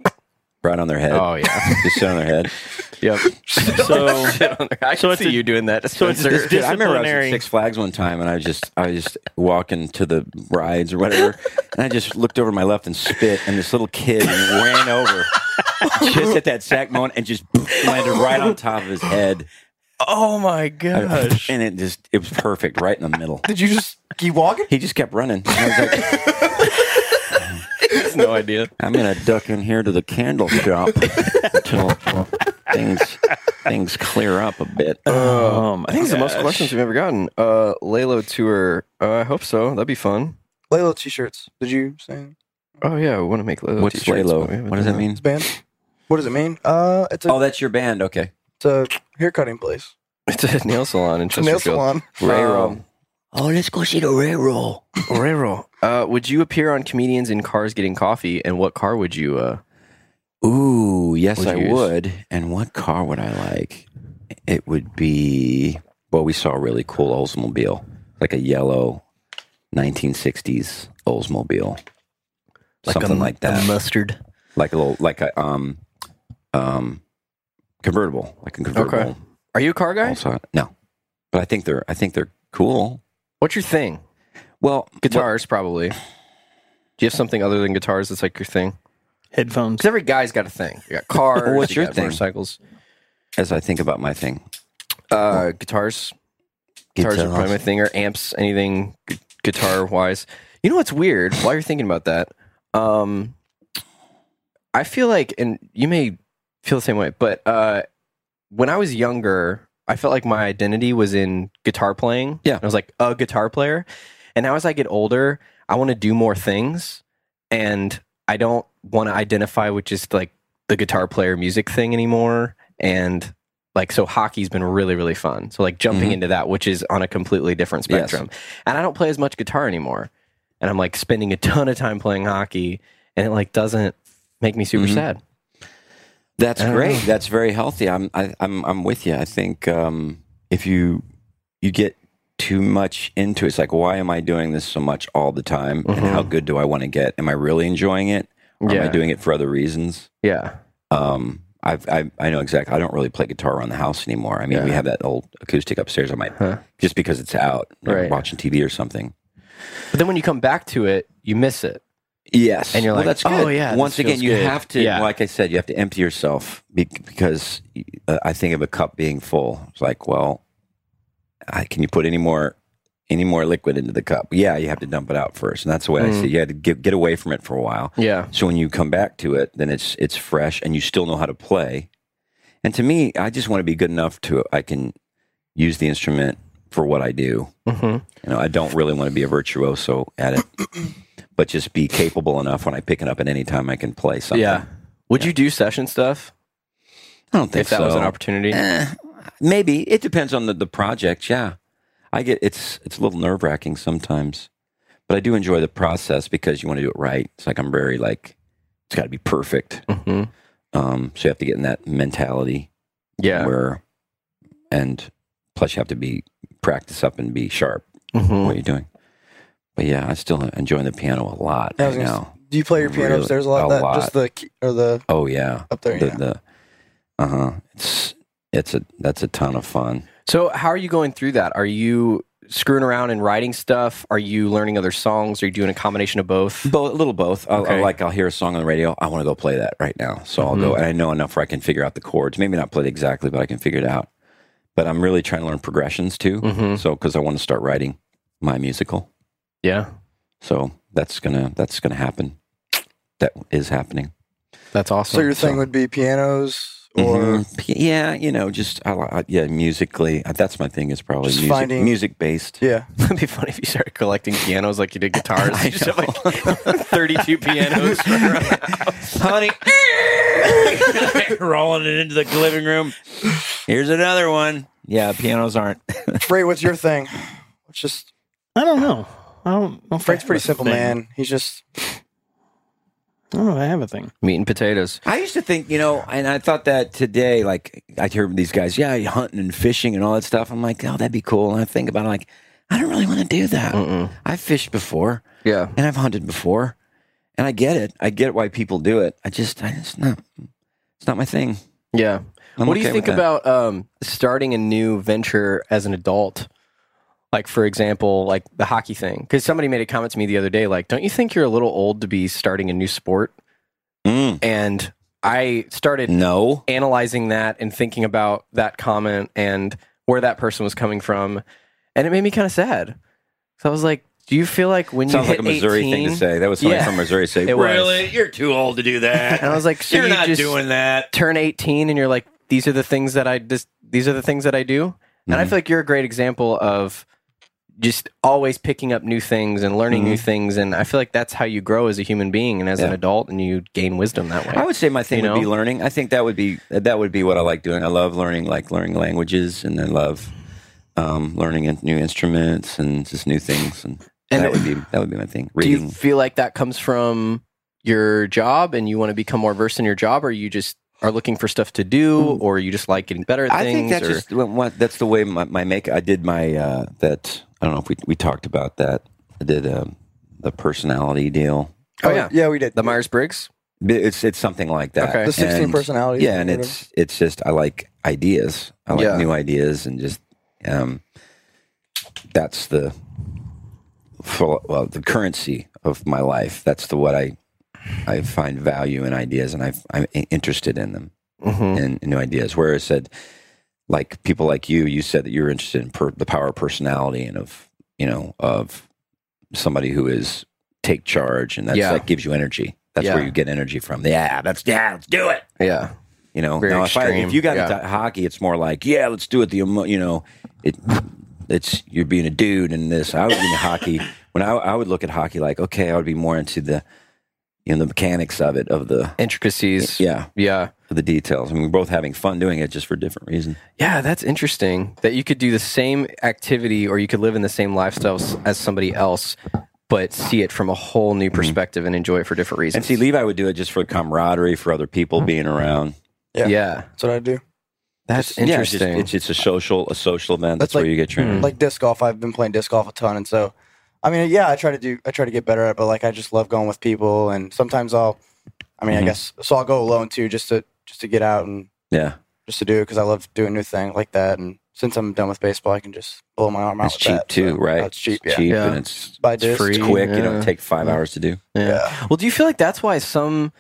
right on their head? oh yeah, Just sit on their head. yep. So Shit on there. I So can it's see a- you doing that. so it's a Spencer. dis- Dude, I remember I was at Disciplinary. Six Flags one time, and I was just I was just walking to the rides or whatever, and I just looked over to my left and spit, and this little kid ran over just at that sack moment and just landed right on top of his head, oh my gosh. and it just it was perfect, right in the middle. did you just keep walking? He just kept running. And I was like, no idea. I'm gonna duck in here to the candle shop until things things clear up a bit. Um, I think it's the most questions we've ever gotten. Uh, Lalo tour. Uh, I hope so. That'd be fun. Layla t-shirts. Did you say Oh yeah, we want to make Lalo. What's t-shirts, Lalo? but we haven't What does that done mean? it's band? What does it mean? Uh, it's a, Oh, that's your band. Okay, it's a hair cutting place. It's a nail Um, salon in It's a nail Chesterfield. salon. Railroad. Oh, let's go see the railroad. Rero. Uh, would you appear on comedians in cars getting coffee? And what car would you? Uh, Ooh, yes, Would I you use? would. And what car would I like? It would be well, we saw a really cool Oldsmobile, like a yellow 1960s Oldsmobile, something like that, mustard. like a little, like a um, um, convertible, like a convertible. Are you a car guy? Also, no, but I think they're I think they're cool. What's your thing? Well, Guitars, probably. Do you have something other than guitars that's like your thing? headphones. Because every guy's got a thing. You got cars. Well, what's you your got thing? Motorcycles. as I think about my thing, Uh, guitars. Guitars are probably my guitars. thing, or amps, anything gu- guitar wise. You know what's weird? While you're thinking about that, um, I feel like, and you may feel the same way, but uh, when I was younger, I felt like my identity was in guitar playing. Yeah. I was like a guitar player, and now as I get older, I want to do more things, and I don't want to identify with just like the guitar player music thing anymore, and like so hockey's been really really fun so like jumping Mhm. into that which is on a completely different Yes. spectrum and i don't play as much guitar anymore and i'm like spending a ton of time playing hockey and it like doesn't make me super Mhm. sad That's I don't great. know. That's very healthy. I'm I, I'm I'm with you. I think um, if you you get too much into it, it's like why am I doing this so much all the time? And Mhm. how good do I want to get? Am I really enjoying it? Or Am I Yeah. doing it for other reasons? yeah Um, I've, I I know exactly. I don't really play guitar around the house anymore. I mean, we Yeah. have that old acoustic upstairs. I might Huh. just because it's out, like, Right. watching TV or something. but then when you come back to it you miss it Yes, And you're Well, like, that's good. "Oh, yeah, this Once again, feels you good." have to, Yeah. like I said, you have to empty yourself be- because uh, I think of a cup being full. It's like, well, I, can you put any more, any more liquid into the cup? Yeah, you have to dump it out first, and that's the way I Mm. see. it. You had to get get away from it for a while. yeah So when you come back to it, then it's it's fresh, and you still know how to play. And to me, I just want to be good enough to I can use the instrument for what I do. hmm You know, I don't really want to be a virtuoso at it, but just be capable enough when I pick it up at any time I can play something. yeah would you do session stuff I don't think if that so. Eh. was an opportunity Maybe it depends on the, the project. Yeah, I get it's it's a little nerve wracking sometimes, but I do enjoy the process because you want to do it right. It's like I'm very like it's got to be perfect. hmm Um, so you have to get in that mentality yeah where, and plus you have to be practice up and be sharp. Mhm. What you're doing. But yeah, I'm still enjoying the piano a lot I was right gonna now. Do you play your piano Really? upstairs a lot? A of that lot. just the key- or the Oh yeah, up there. the, yeah. the uh huh. It's it's a that's a ton of fun. So, how are you going through that? Are you screwing around and writing stuff? Are you learning other songs? Are you doing a combination of both? Both, a little both. I'll, Okay. I'll, like I'll hear a song on the radio. I want to go play that right now, so I'll Mm-hmm. go. And I know enough where I can figure out the chords. Maybe not play it exactly, but I can figure it out. But I'm really trying to learn progressions too. Mm-hmm. Mhm. So because I want to start writing my musical, Yeah, so that's gonna that's gonna happen. That is happening. that's awesome. so your thing would be pianos or Mhm. P- yeah, you know, just I, li- I, yeah, musically. uh, That's my thing. Is probably Just music, finding- music based. yeah. It'd be funny if you started collecting pianos like you did guitars. I you just have like 32 pianos. honey. Rolling it into the living room. Here's another one. Yeah, pianos aren't. Ray, what's your thing? It's just I don't know. I don't. know if I Frank's have pretty a simple, thing. man. He's just I don't know. if I have a thing. Meat and potatoes. I used to think, you know, and I thought that today, like I'd hear these guys, yeah, hunting and fishing and all that stuff. I'm like, oh, that'd be cool. And I think about it, like, I don't really want to do that. I've fished before Yeah. and I've hunted before. And I get it. I get why people do it. I just I just not it's not my thing. Yeah. I'm what do you okay with think that. about um, starting a new venture as an adult? Like, for example, like the hockey thing. Because somebody made a comment to me the other day, like, don't you think you're a little old to be starting a new sport? Mm, And I started no. analyzing that and thinking about that comment and where that person was coming from. And it made me kind of sad. So I was like, do you feel like when Sounds you like hit a Missouri 18, thing to say. That was somebody Yeah. from Missouri say. It was. really? You're too old to do that. And I was like, so You're you not just doing that. turn 18 and you're like, these are the things that I just, these are the things that I do. And I Mhm. feel like you're a great example of just always picking up new things and learning new things. And I feel like that's how you grow as a human being and as an Mm-hmm. Yeah. adult and you gain wisdom that way. I would say my thing You would be know? learning. I think that would be that would be what I like doing. I love learning, like learning languages, and I love um, learning in- new instruments and just new things. And, And- that would be that would be my thing. do Reading. you feel like that comes from your job and you want to become more versed in your job or you just are looking for stuff to do or you just like getting better at Mm. I things think that's or just what, what- that's the way my, my make. I did my uh, that. I don't know if we we talked about that. I did um, the personality deal. Oh, yeah. yeah, we did the Myers-Briggs? But It's it's something like that. Okay. the sixteen And- personalities. yeah and or whatever. it's it's just i like ideas i like Yeah. new ideas and just um that's the full, well the currency of my life that's the what i i find value in ideas and i i'm i- interested in them Mm-hmm. and new ideas whereas said like people like you you said that you're interested in per, the power of personality and of you know of somebody who is take charge and that's Yeah. that gives you energy that's where Yeah. you get energy from yeah that's yeah let's do it Yeah. you know, Very now if, I, extreme, if you got yeah. into hockey, it's more like, yeah, let's do it. The emo- you know, it, it's you're being a dude and this. I was into hockey when I, I would look at hockey like, okay, I would be more into the you know the mechanics of it, of the Intricacies. yeah, Yeah. of the details. I mean, we're both having fun doing it just for different reasons. Yeah, that's interesting that you could do the same activity or you could live in the same lifestyle s- as somebody else but see it from a whole new perspective and enjoy it for different reasons. Mm-hmm. And see, Levi would do it just for camaraderie, for other people Hmm. being around. Yeah. yeah. that's what I do. That's Yeah, it's interesting. Hmm. just- it's, it's a social a social event. That's, That's where like- you get your Like disc golf, I've been playing disc golf a ton, and so I mean, yeah, I try to do, I try to get better at, it, but like I just love going with people, and sometimes I'll, I Mm-hmm. mean, I guess so I'll go alone too, just to just to get out and yeah. just to do because I love doing new thing like that, and since I'm done with baseball, I can just blow my arm out. It's with cheap that, too, so- right? Oh, It's cheap, It's yeah. cheap Yeah. and it's, By it's disc, free. quick. You yeah. don't take five hours to do. Yeah. Well, do you feel like that's why some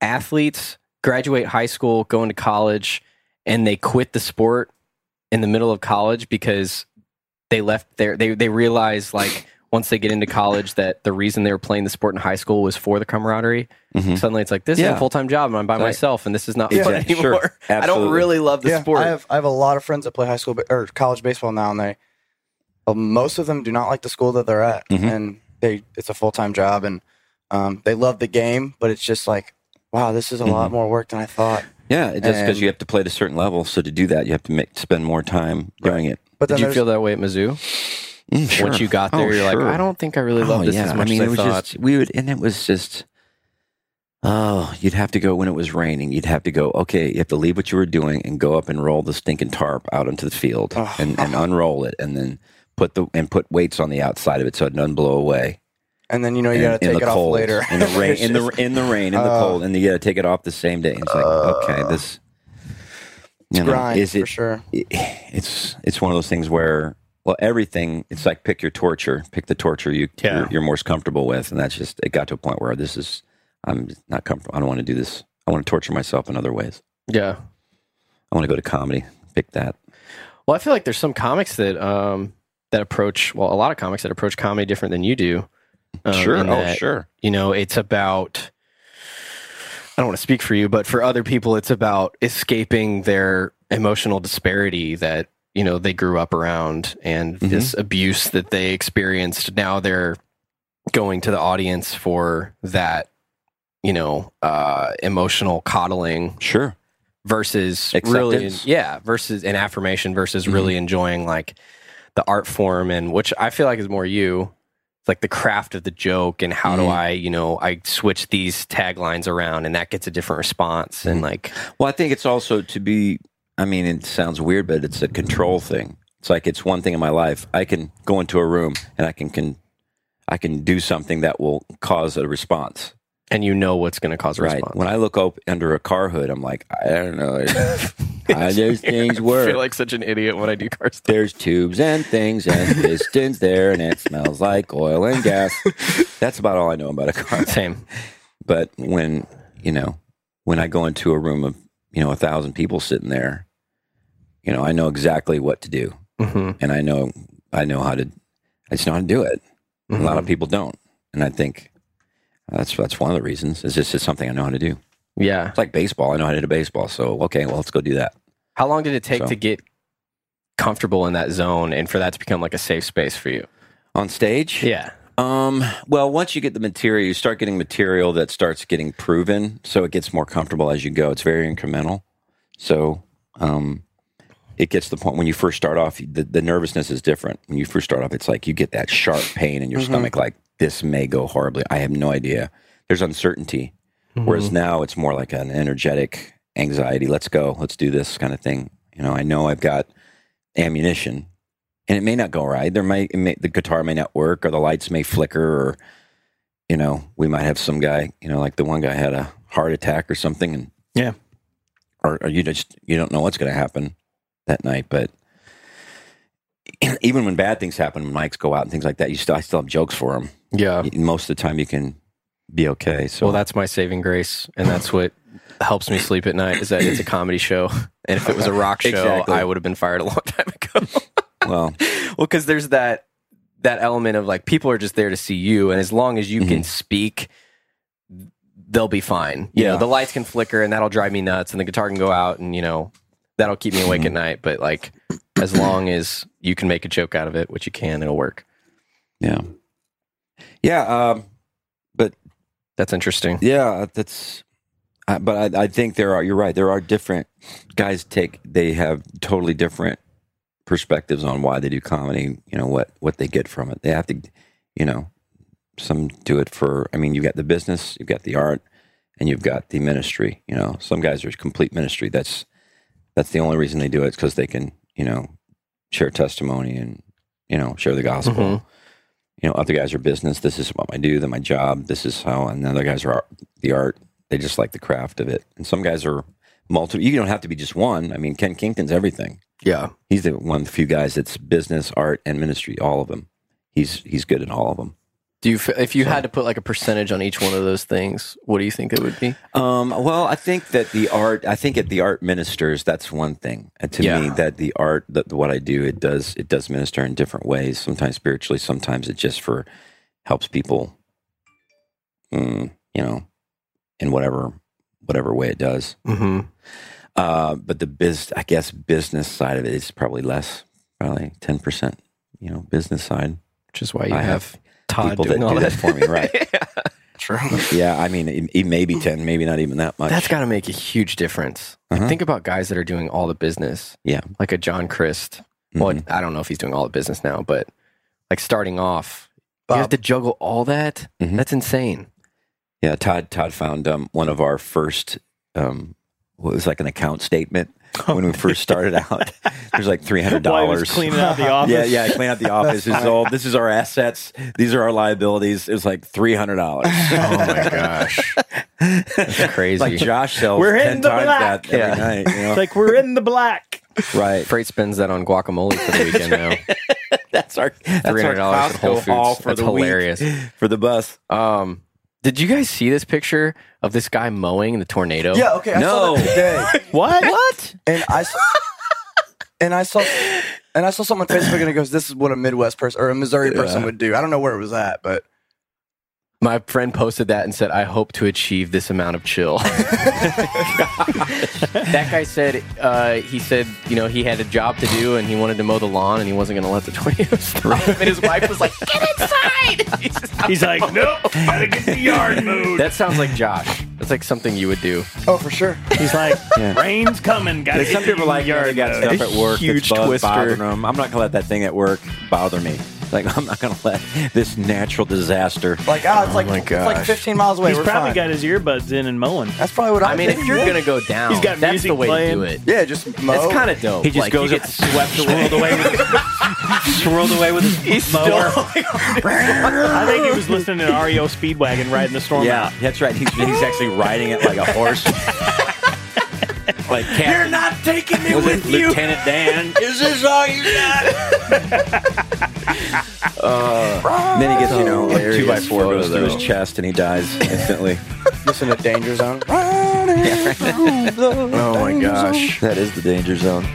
athletes graduate high school, go into college, and they quit the sport in the middle of college because they left their they they realize like once they get into college that the reason they were playing the sport in high school was for the camaraderie. Mhm. Suddenly, it's like this is Yeah. a full time job, and I'm by Right. myself, and this is not Yeah. fun Exactly. Sure. anymore. I don't Absolutely. really love the yeah, sport. I have I have a lot of friends that play high school ba- or college baseball now, and they well, most of them do not like the school that they're at, Mhm. and they it's a full time job, and um, they love the game, but it's just like wow, this is a Mm-hmm. lot more work than I thought. Yeah, it just because And- you have to play at a certain level. So to do that, you have to make, spend more time doing it. But then Did you there's- feel that way at Mizzou? Mm, sure. Once you got there, Oh, you're sure. like, I don't think I really love Oh, this yeah. as much I mean, as it I was thought. just we would, and it was just. Oh, you'd have to go when it was raining. You'd have to go. Okay, you have to leave what you were doing and go up and roll the stinking tarp out onto the field and, and unroll it, and then put the and put weights on the outside of it so it doesn't blow away. And then you Oh, know you in, got to in take the it off cold, later. in the rain, It's in the just- in the rain, in the Uh, cold, and you got to take it off the same day. It's like okay, Uh. this. You know, grind is it for sure. it- it's it's one of those things where well everything it's like pick your torture pick the torture you Yeah. you're, you're most comfortable with and that's just it got to a point where this is i'm not comfortable i don't want to do this i want to torture myself in other ways Yeah. i want to go to comedy pick that Well, I feel like there's some comics that um, that approach well, a lot of comics that approach comedy different than you do. um, sure. Oh, in that, sure. You know, it's about. I don't want to speak for you, but for other people, it's about escaping their emotional disparity that you know they grew up around and Mm-hmm. this abuse that they experienced. Now they're going to the audience for that, you know, uh, emotional coddling sure versus really Acceptance. Mm-hmm. yeah versus an affirmation versus really enjoying like the art form and which i feel like is more you it's like the craft of the joke and how do Mhm. i you know i switch these taglines around and that gets a different response Mm-hmm. and like Well, I think it's also to be, I mean, it sounds weird, but it's a control thing. It's like it's one thing in my life. I can go into a room and I can, can I can do something that will cause a response. and you know what's going to cause a Right. response When I look up under a car hood, I'm like, I don't know. How those things i work. feel like such an idiot when i do car stuff There's tubes and things and pistons there, and it smells like oil and gas. That's about all I know about a car. same But when you know, when I go into a room of you know a thousand people sitting there, you know, I know exactly what to do, hmm and I know I know how to. I just know how to do it. A lot of people don't, and I think that's that's one of the reasons. Is this is something I know how to do? yeah It's like baseball. I know how to do baseball, so okay, well, let's go do that. how long did it take So- to get comfortable in that zone and for that to become like a safe space for you On stage, yeah Um, well, once you get the material, you start getting material that starts getting proven, so it gets more comfortable as you go. It's very incremental. So, um, it gets to the point when you first start off, the, the nervousness is different. When you first start off, it's like you get that sharp pain in your stomach, like this may go horribly. I have no idea. There's uncertainty. Whereas now it's more like an energetic anxiety. Let's go. Let's do this kind of thing. You know, I know I've got ammunition, and it may not go right. There might it may, the guitar may not work, or the lights may flicker, or you know, we might have some guy. You know, like the one guy had a heart attack or something, and Yeah. or, or you just you don't know what's going to happen that night. But even when bad things happen, when mics go out and things like that, you still I still have jokes for them. yeah Most of the time, you can be okay. So Oh. well, that's my saving grace, and that's what helps me sleep at night. Is that it's a comedy show, and if it was a rock show, Exactly. I would have been fired a long time ago. well, well, because there's that that element of like people are just there to see you, and as long as you Mm-hmm. can speak, they'll be fine. You know, Yeah. the lights can flicker, and that'll drive me nuts, and the guitar can go out, and you know, that'll keep me Mm-hmm. awake at night. But like, as long as you can make a joke out of it, which you can, it'll work. yeah, yeah. Um, but That's interesting. Yeah, that's. I but I, I think there are. You're right. There are different guys. Take they have totally different perspectives on why they do comedy. You know what what they get from it. They have to, you know, some do it for. I mean, you've got the business, you've got the art, and you've got the ministry. You know, some guys are complete ministry. That's that's the only reason they do it because they can. You know, share testimony and you know share the gospel Mhm. you know, other guys are business. This is what I do. Then my job. This is how. And other guys are art, the art. They just like the craft of it. And some guys are multiple. You don't have to be just one. I mean, Ken Kington's everything. Yeah. He's the one of the few guys that's business, art, and ministry. All of them. He's he's good at all of them. Do you, f- if you had to put like a percentage on each one of those things, what do you think it would be? Um, well, I think that the art. I think at the art ministers. That's one thing And to me Yeah. that the art that what I do it does it does minister in different ways. Sometimes spiritually. Sometimes it just for helps people. mm, you know, in whatever whatever way it does. Mm-hmm. Uh, but the biz, I guess, business side of it is probably less, probably ten percent. You know, business side. Which is why you I have, have Todd people that doing all do that that. for me, right? True. yeah, I mean, it, it may be ten, maybe not even that much. That's got to make a huge difference. Like, Uh-huh. think about guys that are doing all the business. Yeah. Like a John Christ. Mhm. Well, I don't know if he's doing all the business now, but like starting off, you have Bob. to juggle all that. Mhm. That's insane. Yeah, Todd. Todd found um, one of our first. Um, well, it was like an account statement, when we first started out. There's like three hundred While he was dollars. cleaning out the office. Yeah, yeah. I Clean out the office. This is all. This is our assets. These are our liabilities. It was like three hundred dollars. Oh my gosh, that's crazy. like Josh sells We're hitting ten the times black. that every Yeah. night. You know? It's like we're in the black. right. Freight spends that on guacamole for the weekend now. That's our that's our $300 at Costco Whole Foods. haul for That's the week, hilarious. for the bus. Um, did you guys see this picture of this guy mowing the tornado? Yeah, okay. I saw No. that today. What? What? and I saw, and I saw and I saw something on Facebook and it goes, This is what a Midwest person or a Missouri person would do. I don't know where it was at, but My friend posted that and said, "I hope to achieve this amount of chill." that guy said, uh, "He said, you know, he had a job to do and he wanted to mow the lawn and he wasn't going to let the tornado stop." him. And his wife was like, "Get inside!" He's just out He's there like, mowing. nope, gotta get the yard moved. That sounds like Josh. That's like something you would do. Oh for sure. He's like, rain's coming, gotta There's get some the people like yeah, they yard got moved." stuff at work. Huge that's bo- twister. bothering 'em. I'm not gonna let that thing at work bother me. Like I'm not gonna let this natural disaster. Like ah, it's like Oh my it's like gosh. fifteen miles away. He's We're probably fine. got his earbuds in and mowing. That's probably what I, I mean, if you're going to go down, He's got that's the music way to do playing. it. Yeah, just mow. It's kind of dope. Oh. He just Like, goes you up- get swept away. swirled away with his He's still I think he was listening to REO Speedwagon riding the storm Yeah, out. that's right. He's, he's actually riding it like a horse. like Captain, you're not taking me with you, Lieutenant Dan. Is this all you got? And Uh, then he gets you know like two by four Photo, goes through his though. chest and he dies instantly. listen to Danger Zone. Oh my gosh. that is the danger zone.